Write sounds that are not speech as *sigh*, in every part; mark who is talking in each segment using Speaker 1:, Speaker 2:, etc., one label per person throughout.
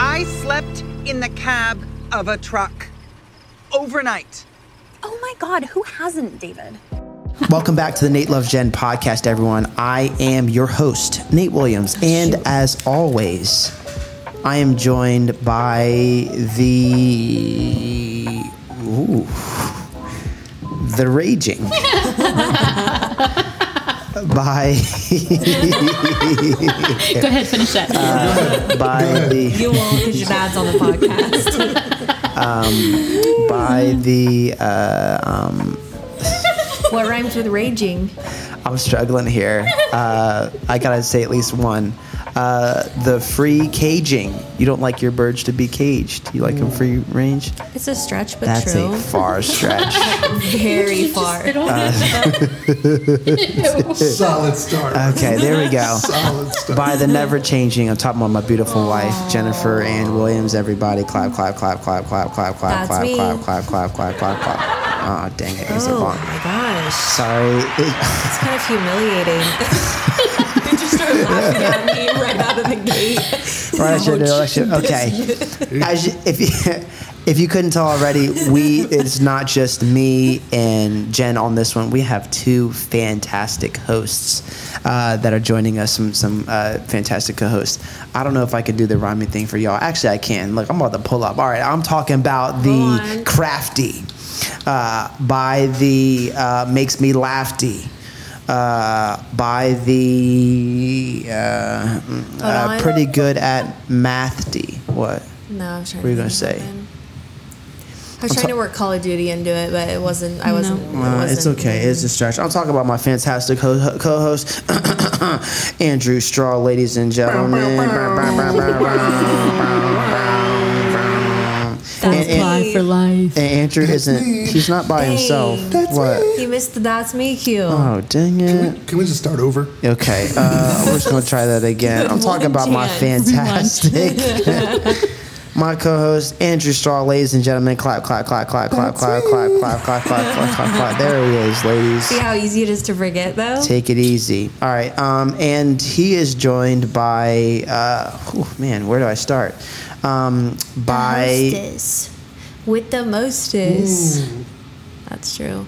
Speaker 1: I slept in the cab of a truck overnight.
Speaker 2: Oh my God, who hasn't, David?
Speaker 3: Welcome back to the Nate Love Gen podcast, everyone. I am your host, Nate Williams. And as always, I am joined by the. Ooh. The raging. by
Speaker 4: Go ahead, finish that.
Speaker 3: by the
Speaker 5: You won't because your dad's on the podcast.
Speaker 3: by the uh,
Speaker 5: *laughs* what rhymes with raging?
Speaker 3: I'm struggling here. Uh, I gotta say at least one. Uh, the free caging. You don't like your birds to be caged. You like them free range.
Speaker 5: It's a stretch, but
Speaker 3: That's
Speaker 5: true.
Speaker 3: a far
Speaker 5: *laughs*
Speaker 3: stretch.
Speaker 5: Very far.
Speaker 4: Spit on it.
Speaker 6: Solid start.
Speaker 3: okay, there we go.
Speaker 6: Solid start.
Speaker 3: By the never changing, I'm talking about my beautiful wife, Jennifer Ann Williams. Everybody, clap, clap, clap, clap, clap, clap,
Speaker 5: That's
Speaker 3: clap, clap,
Speaker 5: me.
Speaker 3: clap, clap, clap, clap, clap, clap. Oh, dang it, it's a
Speaker 5: Oh
Speaker 3: long.
Speaker 5: my gosh.
Speaker 3: Sorry. *laughs*
Speaker 5: It's kind of humiliating. *laughs* Did you start laughing at me right out of the gate?
Speaker 3: Right, I should do it, I should- Okay. As you, if you *laughs* if you couldn't tell already, we it's not just me and Jen on this one. We have two fantastic hosts uh, that are joining us. Some some uh, fantastic co-hosts. I don't know if I could do the rhyming thing for y'all. Actually, I can. Look, I'm about to pull up. All right, I'm talking about the crafty uh, by the uh, makes me laughy. Uh, by the uh, mm, uh,
Speaker 5: on.
Speaker 3: pretty good at math D. What?
Speaker 5: No, I was trying
Speaker 3: What were
Speaker 5: to
Speaker 3: you
Speaker 5: think
Speaker 3: gonna
Speaker 5: of
Speaker 3: say?
Speaker 5: something. I was trying to work Call of Duty into it, but it wasn't. I wasn't. it
Speaker 3: Uh, it's
Speaker 5: wasn't-
Speaker 3: okay. It's a stretch. I'll talk about my fantastic co- host *coughs* Andrew Straw, ladies and gentlemen.
Speaker 5: That's
Speaker 3: And-
Speaker 4: Fly for
Speaker 5: me.
Speaker 4: life.
Speaker 3: And Andrew isn't. He's not by himself. what?
Speaker 5: He missed the that's me cue.
Speaker 3: Oh dang it!
Speaker 6: Can we just start over?
Speaker 3: Okay, uh, we're just gonna try that again. I'm talking about my
Speaker 5: Chance.
Speaker 3: fantastic, *laughs* my co-host Andrew Straw, ladies and gentlemen. Clap, clap, clap, clap, clap, clap, clap, clap, clap, clap, clap, clap, clap. There he is, ladies.
Speaker 5: See how easy it is to forget, though.
Speaker 3: Take it easy. All right. Um, and he is joined by, uh, whew, man, where do I start? Um, by
Speaker 5: Mostest. with the mostest. That's true.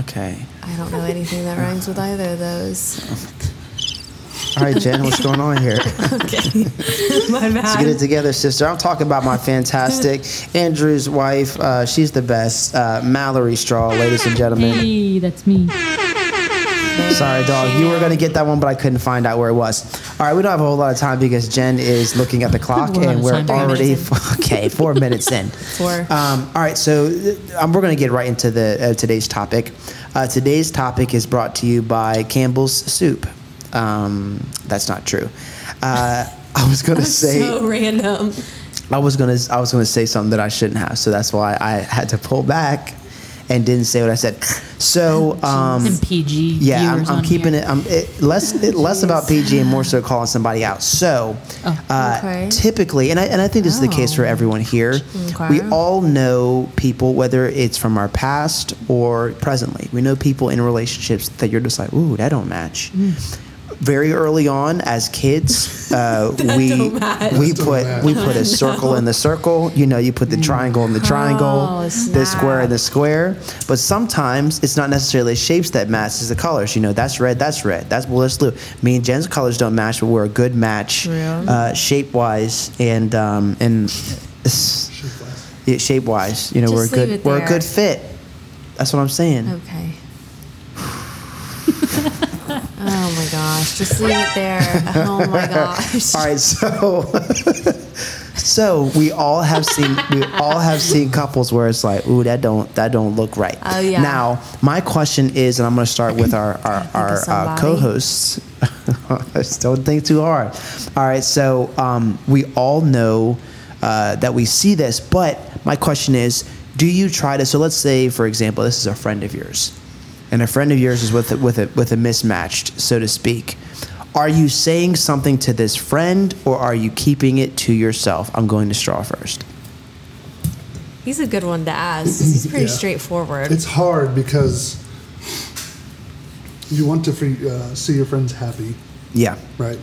Speaker 3: okay.
Speaker 5: I don't know anything that rhymes with either of those.
Speaker 3: All right, Jen, what's going on here? *laughs*
Speaker 5: My
Speaker 3: Let's get it together, sister. I'm talking about my fantastic Andrew's wife. Uh, she's the best, uh, Mallory Straw, ladies and gentlemen.
Speaker 4: Hey, that's me.
Speaker 3: Sorry, dog. You were gonna get that one, but I couldn't find out where it was. All right, we don't have a whole lot of time because Jen is looking
Speaker 4: *laughs*
Speaker 3: at the clock,
Speaker 4: We're out
Speaker 3: and
Speaker 4: of
Speaker 3: we're
Speaker 4: time. Three
Speaker 3: already
Speaker 5: minutes
Speaker 3: *laughs* okay. Four minutes
Speaker 4: *laughs*
Speaker 3: in.
Speaker 5: Four.
Speaker 3: Um, all right, so uh, um, we're going to get right into the uh, today's topic. Uh, today's topic is brought to you by Campbell's Soup. Um, that's not true. Uh, I was going to say
Speaker 5: So random.
Speaker 3: I was going to I was going to say something that I shouldn't have, so that's why I had to pull back and didn't say what I said.
Speaker 4: *laughs*
Speaker 3: So. Um,
Speaker 4: Some PG.
Speaker 3: yeah, I'm,
Speaker 4: viewers
Speaker 3: I'm
Speaker 4: on
Speaker 3: keeping
Speaker 4: here.
Speaker 3: it. I'm it, less it, less about PG and more so calling somebody out. So, uh,
Speaker 5: Okay.
Speaker 3: typically, and I and I think this is the case for everyone here. We
Speaker 5: Okay.
Speaker 3: all know people, whether it's from our past or presently. We know people in relationships that you're just like, ooh, that don't match. Very early on, as kids, uh, we we put
Speaker 6: match.
Speaker 3: we put a circle in the circle. You know, you put the triangle in the triangle,
Speaker 5: Oh,
Speaker 3: the square in the square. But sometimes it's not necessarily shapes that match; it's the colors. You know, that's red, that's red, that's blue, that's blue. Me and Jen's colors don't match, but we're a good match uh, shape wise and um, and *laughs* yeah, shape wise. You know,
Speaker 5: Just
Speaker 3: we're a
Speaker 5: leave
Speaker 3: good
Speaker 5: it
Speaker 3: we're a
Speaker 5: there.
Speaker 3: good fit. That's what I'm saying.
Speaker 5: Okay. oh my gosh. Just leave it there. Oh my gosh.
Speaker 3: All right, so *laughs* so we all have seen we all have seen couples where it's like, ooh, that don't that don't look right.
Speaker 5: Oh, yeah.
Speaker 3: Now my question is, and I'm going to start with our our, our uh,
Speaker 5: somebody.
Speaker 3: co-hosts. *laughs* Just don't think too hard. All right, so um, we all know uh, that we see this, but my question is, do you try to? So let's say, for example, this is a friend of yours, and a friend of yours is with a, with a with a mismatched, so to speak. Are you saying something to this friend, or are you keeping it to yourself? I'm going to straw first.
Speaker 5: He's a good one to ask. He's pretty
Speaker 6: Yeah.
Speaker 5: straightforward.
Speaker 6: It's hard because you want to free, uh, see your friends happy,
Speaker 3: Yeah.
Speaker 6: right?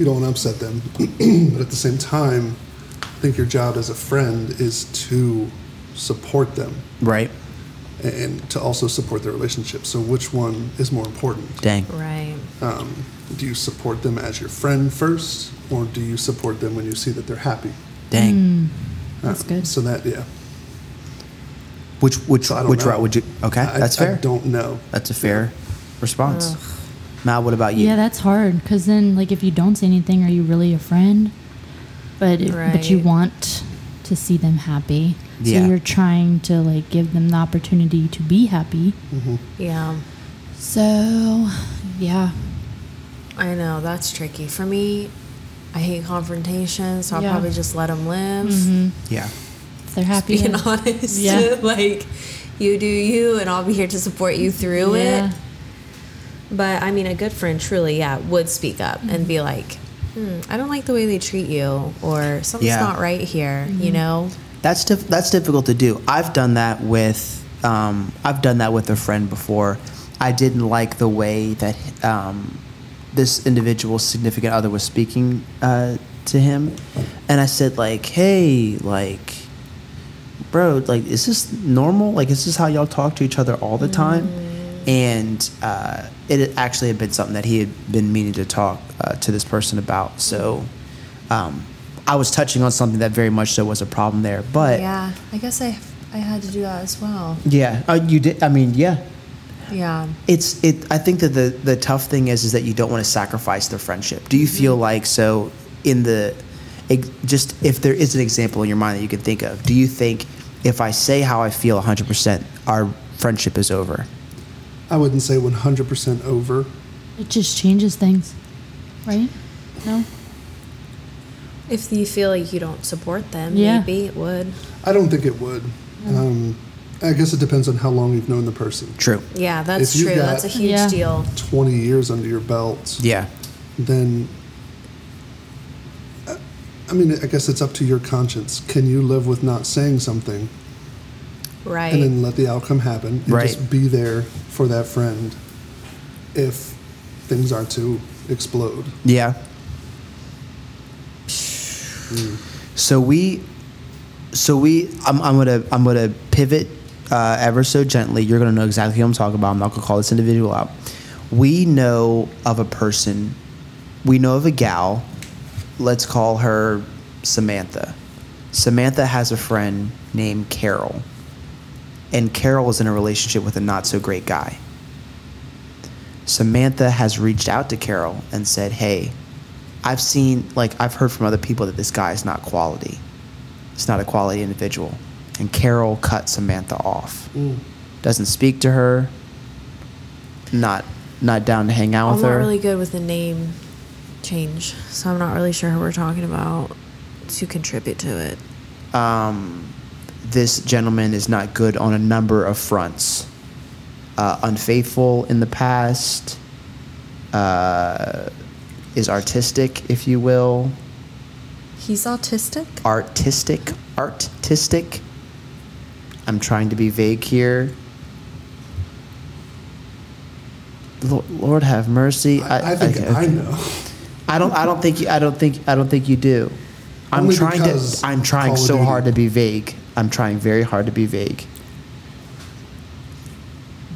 Speaker 6: you don't want to upset them. *clears throat* but at the same time, I think your job as a friend is to support them
Speaker 3: Right.
Speaker 6: and to also support their relationship. So which one is more important?
Speaker 3: Dang.
Speaker 5: Right.
Speaker 6: Um, do you support them as your friend first, or do you support them when you see that they're happy?
Speaker 3: Dang. uh,
Speaker 6: That's good. So that yeah,
Speaker 3: Which which
Speaker 6: So I don't
Speaker 3: which
Speaker 6: know.
Speaker 3: route would you? Okay,
Speaker 6: I,
Speaker 3: that's fair.
Speaker 6: I don't know.
Speaker 3: That's a fair response. Mal, what about you?
Speaker 4: Yeah, that's hard because then, like, if you don't say anything, are you really a friend? But it, but you
Speaker 5: Right.
Speaker 4: want to see them happy, so
Speaker 3: Yeah.
Speaker 4: you're trying to like give them the opportunity to be happy.
Speaker 5: Yeah.
Speaker 4: So, yeah,
Speaker 5: I know that's tricky for me. I hate confrontation, so I'll
Speaker 4: Yeah.
Speaker 5: probably just let them live.
Speaker 3: yeah.
Speaker 4: if they're happy.
Speaker 5: *laughs* Being
Speaker 4: then-
Speaker 5: honest,
Speaker 4: Yeah.
Speaker 5: *laughs* like you do you, and I'll be here to support you through
Speaker 4: yeah.
Speaker 5: it. But I mean, a good friend truly, yeah, would speak up and be like, hmm, "I don't like the way they treat you," or "Something's
Speaker 3: Yeah.
Speaker 5: not right here," you know.
Speaker 3: That's diff- that's difficult to do. I've done that with um, I've done that with a friend before. I didn't like the way that um, this individual's significant other was speaking uh, to him, and I said like, "Hey, like, bro, like, is this normal? Like, is this how y'all talk to each other all the time?" And uh, it actually had been something that he had been meaning to talk uh, to this person about. So um, I was touching on something that very much so was a problem there. But yeah,
Speaker 5: Yeah, I guess I I had to do that as well.
Speaker 3: Uh, you did. I mean, yeah.
Speaker 5: Yeah.
Speaker 3: It's it. I think that the the tough thing is is that you don't want to sacrifice their friendship. Do you feel like so in the ex- just if there is an example in your mind that you can think of? Do you think if I say how I feel 100, percent our friendship is over?
Speaker 6: I wouldn't say 100% over.
Speaker 4: It just changes things, right? No.
Speaker 5: If you feel like you don't support them,
Speaker 4: Yeah.
Speaker 5: maybe it would.
Speaker 6: I don't think it would. Um, I guess it depends on how long you've known the person.
Speaker 3: True.
Speaker 5: Yeah, that's
Speaker 6: If you
Speaker 5: true.
Speaker 6: got-
Speaker 5: that's a huge
Speaker 4: Yeah.
Speaker 5: deal.
Speaker 6: 20 years under your belt.
Speaker 3: Yeah.
Speaker 6: Then, I- I mean, I guess it's up to your conscience. Can you live with not saying something
Speaker 5: Right.
Speaker 6: and then let the outcome happen and
Speaker 3: Right.
Speaker 6: just be there for that friend if things are to explode?
Speaker 3: Yeah. So we, so we, I'm, I'm gonna, I'm gonna pivot uh, ever so gently. You're gonna know exactly who I'm talking about. I'm not gonna call this individual out. We know of a person. We know of a gal. Let's call her Samantha. Samantha has a friend named Carol, and Carol is in a relationship with a not so great guy. Samantha has reached out to Carol and said, "Hey, I've seen like I've heard from other people that this guy is not quality. He's not a quality individual." And Carol cut Samantha off. Doesn't speak to her. Not not down to hang out
Speaker 5: I'm
Speaker 3: with
Speaker 5: not
Speaker 3: her.
Speaker 5: really good with the name change, so I'm not really sure who we're talking about to contribute to it.
Speaker 3: um, this gentleman is not good on a number of fronts. Uh, unfaithful in the past, uh, is artistic, if you will.
Speaker 5: He's autistic.
Speaker 3: artistic, artistic. I'm trying to be vague here. Lo- Lord have mercy.
Speaker 6: I, I think
Speaker 3: okay,
Speaker 6: I
Speaker 3: okay.
Speaker 6: know.
Speaker 3: I don't. I don't think. You, I don't think. I don't think you do. I'm
Speaker 6: Only
Speaker 3: trying to.
Speaker 6: because
Speaker 3: I'm trying
Speaker 6: Call of
Speaker 3: so
Speaker 6: Duty.
Speaker 3: hard to be vague. I'm trying very hard to be vague.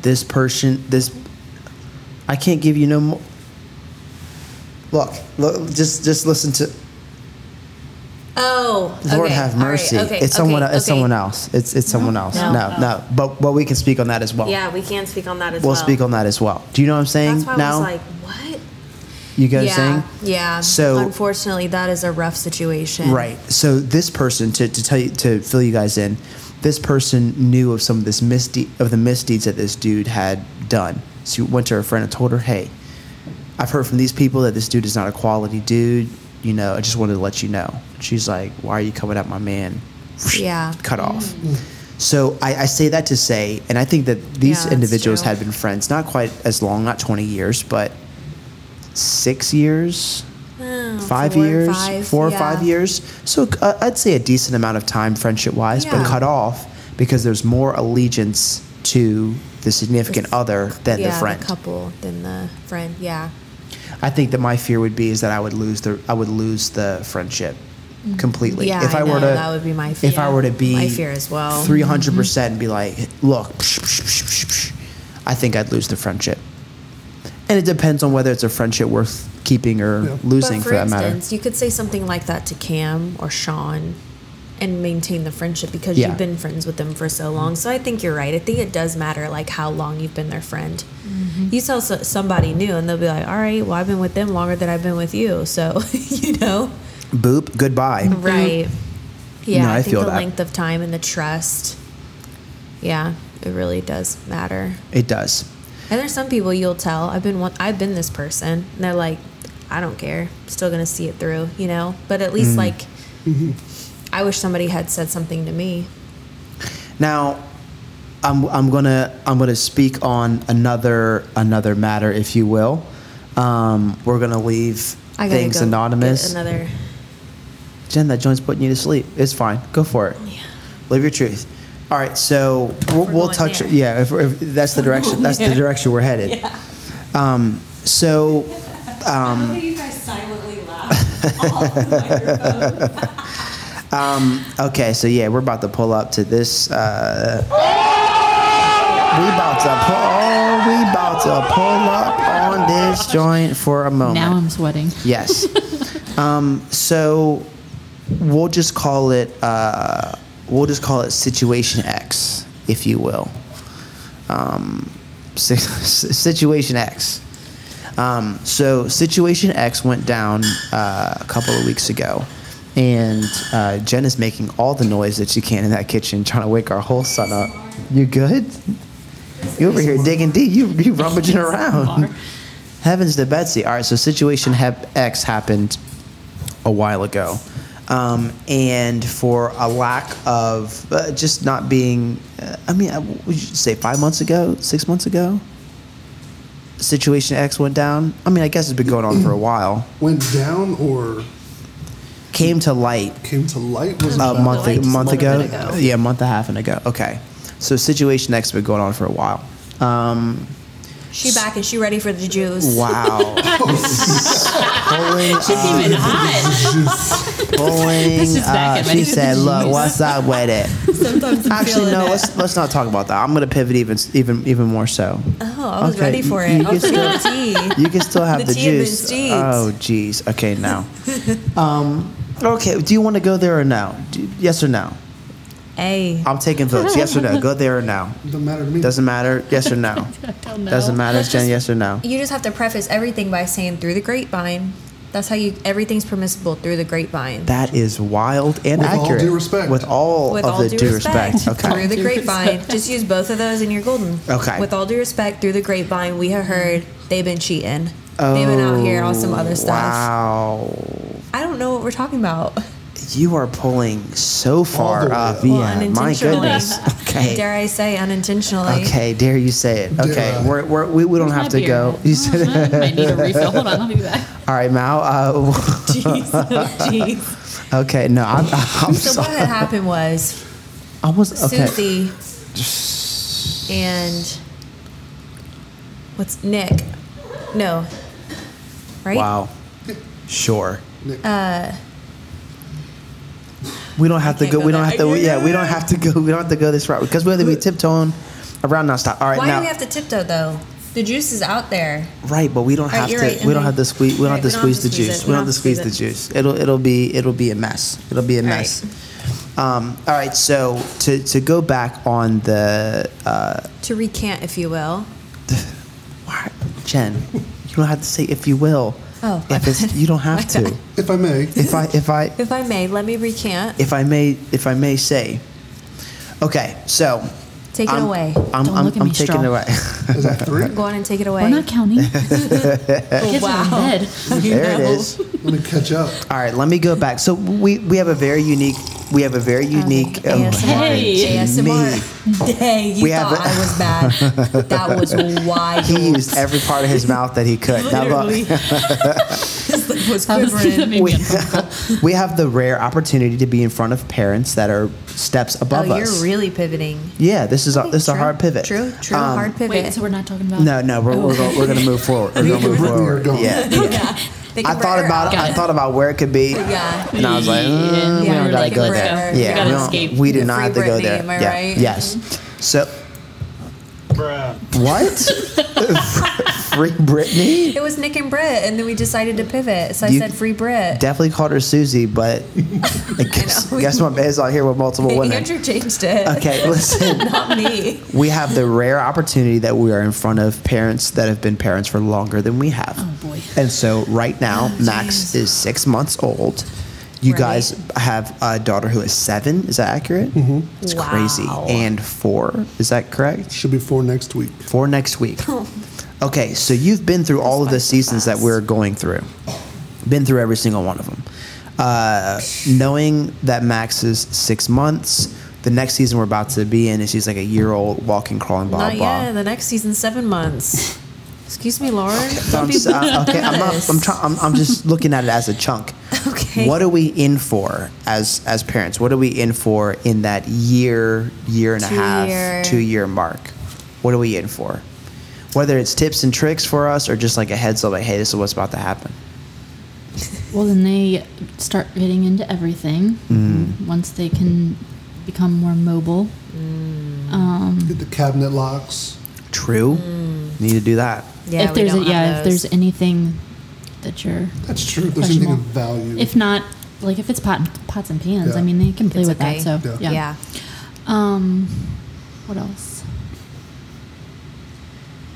Speaker 3: This person. This. I can't give you no more. Look. Look. Just. Just listen to.
Speaker 5: Oh,
Speaker 3: Lord
Speaker 5: okay,
Speaker 3: have
Speaker 5: all right,
Speaker 3: mercy.
Speaker 5: okay,
Speaker 3: it's someone.
Speaker 5: okay,
Speaker 3: It's
Speaker 5: okay.
Speaker 3: someone else. It's it's someone else. No,
Speaker 5: No.
Speaker 3: no. But but we can speak on that as well.
Speaker 5: Yeah, we can speak on that as
Speaker 3: Oh. we'll
Speaker 5: well.
Speaker 3: speak on that as well. Do you know what I'm saying?
Speaker 5: That's why
Speaker 3: now
Speaker 5: I was like, what?
Speaker 3: you get
Speaker 5: yeah,
Speaker 3: what I'm saying?
Speaker 5: yeah.
Speaker 3: So-
Speaker 5: unfortunately, that is a rough situation.
Speaker 3: Right. So this person to, to tell you to fill you guys in, this person knew of some of this misde- of the misdeeds that this dude had done. She went to her friend and told her, "Hey, I've heard from these people that this dude is not a quality dude. You know, I just wanted to let you know." She's like, "Why are you coming at my man?"
Speaker 5: Yeah. Mm.
Speaker 3: Cut off. So I, I say that to say, and I think that
Speaker 5: Yeah,
Speaker 3: these
Speaker 5: that's
Speaker 3: individuals
Speaker 5: true.
Speaker 3: had been friends not quite as long, not twenty years, but six years
Speaker 5: Oh,
Speaker 3: five
Speaker 5: four,
Speaker 3: years,
Speaker 5: five,
Speaker 3: four
Speaker 5: yeah.
Speaker 3: or five years. So uh, I'd say a decent amount of time, friendship wise, but
Speaker 5: Yeah.
Speaker 3: cut off because there's more allegiance to the significant other than
Speaker 5: yeah,
Speaker 3: the friend.
Speaker 5: couple, than the friend. Yeah.
Speaker 3: I I think that my fear would be is that I would lose the I would lose the friendship completely.
Speaker 5: Mm-hmm. Yeah,
Speaker 3: if I,
Speaker 5: I
Speaker 3: were
Speaker 5: know,
Speaker 3: to
Speaker 5: that would be my
Speaker 3: If I
Speaker 5: fear.
Speaker 3: were to be
Speaker 5: My fear as well.
Speaker 3: 300% percent and be like, "Look, psh, psh, psh, psh, psh," I think I'd lose the friendship." And it depends on whether it's a friendship worth keeping or
Speaker 6: Yeah.
Speaker 3: losing
Speaker 5: but
Speaker 3: for,
Speaker 5: for,
Speaker 3: that
Speaker 5: instance, you could say something like that to Cam or Sean and maintain the friendship because
Speaker 3: Yeah.
Speaker 5: you've been friends with them for so long. So I think you're right. I think it does matter like how long you've been their friend.
Speaker 3: Mm-hmm.
Speaker 5: You tell so- somebody new and they'll be like, "All right, well I've been with them longer than I've been with you." So, *laughs* you know.
Speaker 3: matter. Boop, goodbye.
Speaker 5: Right. Yeah,
Speaker 3: Mm-hmm. No,
Speaker 5: I,
Speaker 3: I
Speaker 5: think
Speaker 3: feel
Speaker 5: the
Speaker 3: that.
Speaker 5: length of time and the trust. Yeah, it really does matter.
Speaker 3: It does.
Speaker 5: And there's some people you'll tell I've been one, I've been this person, and they're like, I don't care, still gonna see it through, you know. But at
Speaker 3: Mm.
Speaker 5: least like,
Speaker 3: Mm-hmm.
Speaker 5: I wish somebody had said something to me.
Speaker 3: Now, I'm, I'm gonna I'm gonna speak on another another matter, if you will. Um, we're gonna leave
Speaker 5: I gotta
Speaker 3: things
Speaker 5: go
Speaker 3: anonymous.
Speaker 5: get Another.
Speaker 3: Jen, that joint's putting you to sleep. It's fine. Go for it. Live your truth. All right, so we'll,
Speaker 5: We're
Speaker 3: we'll
Speaker 5: going
Speaker 3: touch.
Speaker 5: there.
Speaker 3: Yeah, if, if that's the direction. That's
Speaker 5: *laughs*
Speaker 3: the direction we're headed. Um, so
Speaker 7: you guys silently laugh off the microphone?
Speaker 3: Okay, so yeah, we're about to pull up to this. Uh, we about to pull. Oh, we about to pull up on this joint for a moment.
Speaker 4: Now I'm sweating.
Speaker 3: yes. um, so we'll just call it. Uh, we'll just call it situation X, if you will. Um, si- *laughs* situation X. Um, so situation X went down uh, a couple of weeks ago, and uh, Jen is making all the noise that she can in that kitchen, trying to wake our whole son up. You good? You over here digging deep. You you rummaging around. Heavens to Betsy. All right, so situation hap- X happened a while ago. Um, and for a lack of uh, just not being, uh, I mean, I, would you say five months ago, six months ago? Situation X went down. I mean, I guess it's been going on for a while.
Speaker 6: Went down or
Speaker 3: Came to light
Speaker 6: came to light was
Speaker 3: a
Speaker 6: about-
Speaker 3: month, a
Speaker 5: light just a
Speaker 3: month ago.
Speaker 5: little bit ago.
Speaker 3: Yeah, a month and a half and ago. Okay. So Situation X has been going on for a while. Um,
Speaker 5: She back and she ready for the juice.
Speaker 3: *laughs* wow. Pulling up-
Speaker 7: Even hot.
Speaker 3: Boing.
Speaker 4: This is back
Speaker 3: Uh,
Speaker 4: at my-
Speaker 3: she said, "Look, what's up with it?"
Speaker 5: *laughs* Sometimes I'm
Speaker 3: Actually,
Speaker 5: feeling
Speaker 3: no.
Speaker 5: it.
Speaker 3: Let's let's not talk about that. I'm gonna pivot even even even more so.
Speaker 5: Oh, I was
Speaker 3: Okay,
Speaker 5: ready for
Speaker 3: you-
Speaker 5: it.
Speaker 3: you
Speaker 5: I was
Speaker 3: can
Speaker 5: like, tea.
Speaker 3: *laughs* You can still have the,
Speaker 5: The tea and the
Speaker 3: juice.
Speaker 5: steeds.
Speaker 3: Oh, jeez. Okay, now. um, okay. Do you want to go there or no? Do, yes or no?
Speaker 5: Hey,
Speaker 3: I'm taking votes. Yes or no? Go there or no?
Speaker 6: Doesn't matter to me.
Speaker 3: Doesn't matter. Yes or no?
Speaker 4: don't know.
Speaker 3: Doesn't matter,
Speaker 5: Let's
Speaker 3: Jen.
Speaker 5: just-
Speaker 3: Yes or no?
Speaker 5: you just have to preface everything by saying through the grapevine. That's how you everything's permissible through the grapevine.
Speaker 3: That is wild and
Speaker 6: With all
Speaker 3: accurate.
Speaker 6: due respect.
Speaker 3: With all
Speaker 5: With
Speaker 3: of
Speaker 5: all
Speaker 3: the
Speaker 5: due, respect, *laughs* through
Speaker 3: Okay.
Speaker 5: the
Speaker 4: Due
Speaker 5: grapevine.
Speaker 4: respect.
Speaker 5: Just use both of those and you're golden.
Speaker 3: Okay.
Speaker 5: With all due respect, through the grapevine, we have heard they've been cheating. they've been out here on some other stuff.
Speaker 3: Oh, Wow.
Speaker 5: I don't know what we're talking about.
Speaker 3: You are pulling so far
Speaker 6: the way
Speaker 3: up.
Speaker 6: up.
Speaker 5: Well,
Speaker 3: yeah, my
Speaker 5: unintentionally. *laughs*
Speaker 3: goodness. Okay.
Speaker 5: Dare I say unintentionally?
Speaker 3: Okay, dare you say it.
Speaker 6: Dare
Speaker 3: Okay,
Speaker 6: I?
Speaker 3: we're, we're, we, we don't have to go. You said,
Speaker 4: Oh, I might
Speaker 3: *laughs*
Speaker 4: need a refill. Hold on, I'll be back.
Speaker 3: all right, Mal. Uh, *laughs*
Speaker 5: Jeez. *laughs* Jeez.
Speaker 3: okay, no, I'm, I'm
Speaker 5: So what
Speaker 3: sorry.
Speaker 5: had happened was
Speaker 3: I was, okay.
Speaker 5: Susie and what's Nick? No. Right?
Speaker 3: Wow. Sure.
Speaker 6: Uh,
Speaker 3: We don't have to
Speaker 5: can't
Speaker 3: go.
Speaker 5: go
Speaker 3: We don't
Speaker 5: there.
Speaker 3: have to. Yeah, we don't have to go. We don't have to go this route because we have to be tiptoeing around nonstop. All right,
Speaker 5: Why
Speaker 3: now
Speaker 5: do we have to tiptoe though? The juice is out there.
Speaker 3: Right, but we don't
Speaker 5: Right,
Speaker 3: have to.
Speaker 5: you're right,
Speaker 3: We don't
Speaker 5: okay.
Speaker 3: have to squeeze. We don't
Speaker 5: Right,
Speaker 3: have to
Speaker 5: we don't have
Speaker 3: squeeze the
Speaker 5: to squeeze
Speaker 3: juice.
Speaker 5: it,
Speaker 3: We don't have to squeeze the
Speaker 5: it.
Speaker 3: juice. It'll it'll be it'll be a mess. It'll be a
Speaker 5: right.
Speaker 3: mess. Um, all right. So to to go back on the uh,
Speaker 5: To recant, if you will.
Speaker 3: why- Jen, you don't have to say if you will.
Speaker 5: Oh, my
Speaker 3: if it's,
Speaker 5: bad.
Speaker 3: you don't
Speaker 5: *laughs*
Speaker 3: have
Speaker 5: My
Speaker 3: to.
Speaker 5: bad.
Speaker 6: if I may,
Speaker 3: If I if I
Speaker 5: If I may, let me recant.
Speaker 3: if I may if I may say. Okay, so
Speaker 5: Take it
Speaker 3: I'm,
Speaker 5: away.
Speaker 3: I'm,
Speaker 4: Don't
Speaker 3: I'm,
Speaker 4: look at
Speaker 3: I'm
Speaker 4: me,
Speaker 3: taking
Speaker 4: Straw.
Speaker 3: it away.
Speaker 6: *laughs*
Speaker 3: *laughs*
Speaker 6: is that three?
Speaker 5: Go on and take it away.
Speaker 4: We're not
Speaker 6: *laughs*
Speaker 4: counting. Kids
Speaker 6: Oh,
Speaker 5: Wow.
Speaker 4: are in bed.
Speaker 3: there it is.
Speaker 6: Let me catch up.
Speaker 3: All right, let me go back. So we we have a very unique we have a very unique oh,
Speaker 5: ASMR.
Speaker 4: Hey.
Speaker 3: me.
Speaker 5: ASMR. Dang, you
Speaker 3: We have
Speaker 5: thought
Speaker 3: a-
Speaker 5: I was
Speaker 3: *laughs*
Speaker 5: bad. That was wild.
Speaker 3: He used every *laughs* part of his mouth that he could. Now look,
Speaker 5: Literally. His lip was
Speaker 4: That was- that
Speaker 5: quivering.
Speaker 6: *laughs*
Speaker 4: made me uncomfortable.
Speaker 3: we have the rare opportunity to be in front of parents that are steps above
Speaker 5: oh,
Speaker 3: us.
Speaker 5: you're really pivoting.
Speaker 3: yeah, this is a, this is a
Speaker 5: True,
Speaker 3: hard pivot.
Speaker 5: True, true,
Speaker 3: Um,
Speaker 5: hard pivot.
Speaker 4: Wait, so we're not talking about
Speaker 3: No, no, we're, we're, going, we're going to move forward. We're going to move
Speaker 6: Brittany are
Speaker 3: forward.
Speaker 6: gone.
Speaker 3: Yeah.
Speaker 5: They
Speaker 3: I
Speaker 5: can
Speaker 3: thought
Speaker 5: burn her
Speaker 3: about
Speaker 5: out.
Speaker 3: I thought about where it could be.
Speaker 5: Yeah.
Speaker 3: And I was like,
Speaker 4: Yeah,
Speaker 3: mm, we
Speaker 4: yeah,
Speaker 3: don't
Speaker 4: we're
Speaker 3: gotta
Speaker 4: like,
Speaker 3: go
Speaker 4: we're
Speaker 3: there.
Speaker 4: go. We
Speaker 3: Yeah,
Speaker 4: gotta
Speaker 3: we, don't-
Speaker 4: escape.
Speaker 3: we do
Speaker 5: The
Speaker 3: not
Speaker 5: free
Speaker 3: have to go
Speaker 5: Britney,
Speaker 3: there.
Speaker 5: am I
Speaker 3: yeah.
Speaker 5: right?
Speaker 3: Yes. So what? Free Britney?
Speaker 5: It was Nick and Britt, and then we decided to pivot. So I
Speaker 3: You-
Speaker 5: said free Brit.
Speaker 3: Definitely called her Susie, but I guess,
Speaker 5: know.
Speaker 3: guess my man's out here with multiple women.
Speaker 5: Andrew changed it.
Speaker 3: Okay,
Speaker 5: *laughs*
Speaker 3: listen.
Speaker 5: Not me.
Speaker 3: We have the rare opportunity that we are in front of parents that have been parents for longer than we have. Oh
Speaker 4: boy.
Speaker 3: And so right now, Max is six months old. You
Speaker 5: Right.
Speaker 3: guys have a daughter who is seven. Is that accurate? Mm-hmm. It's crazy.
Speaker 5: Wow.
Speaker 3: And four. Is that correct?
Speaker 6: Should be four next week.
Speaker 3: Four
Speaker 5: *laughs*
Speaker 3: next week. Okay, so you've been through all of the seasons that we're going through. Been through every single one of them. Uh, knowing that Max is six months, the next season we're about to be in is she's like a year old, walking, crawling, blah
Speaker 5: Not
Speaker 3: blah.
Speaker 5: yet. The next season, seven months. Excuse me, Lauren.
Speaker 3: So I'm just, uh, okay, I'm not. I'm, try, I'm, I'm just looking at it as a chunk.
Speaker 5: Okay.
Speaker 3: What are we in for as as parents? What are we in for in that year, year and a
Speaker 5: Two
Speaker 3: half,
Speaker 5: year.
Speaker 3: two year mark? What are we in for? Whether it's tips and tricks for us or just like a heads up, like, hey, this is what's about to happen.
Speaker 4: Well, then they start getting into everything
Speaker 6: Mm.
Speaker 4: once they can become more mobile.
Speaker 6: Get the cabinet locks.
Speaker 3: True.
Speaker 5: Mm.
Speaker 3: Need to do that.
Speaker 5: Yeah,
Speaker 4: if
Speaker 5: we
Speaker 4: there's
Speaker 5: don't
Speaker 4: a, yeah,
Speaker 5: have
Speaker 4: if
Speaker 5: those.
Speaker 4: there's anything that you're
Speaker 6: That's true. If there's anything of
Speaker 4: questionable.
Speaker 6: value.
Speaker 4: If not, like if it's pot, pots and pans,
Speaker 6: Yeah.
Speaker 4: I mean they can play
Speaker 5: It's
Speaker 4: with
Speaker 5: okay.
Speaker 4: that. So
Speaker 6: Yeah.
Speaker 5: yeah.
Speaker 4: yeah. Um, what else?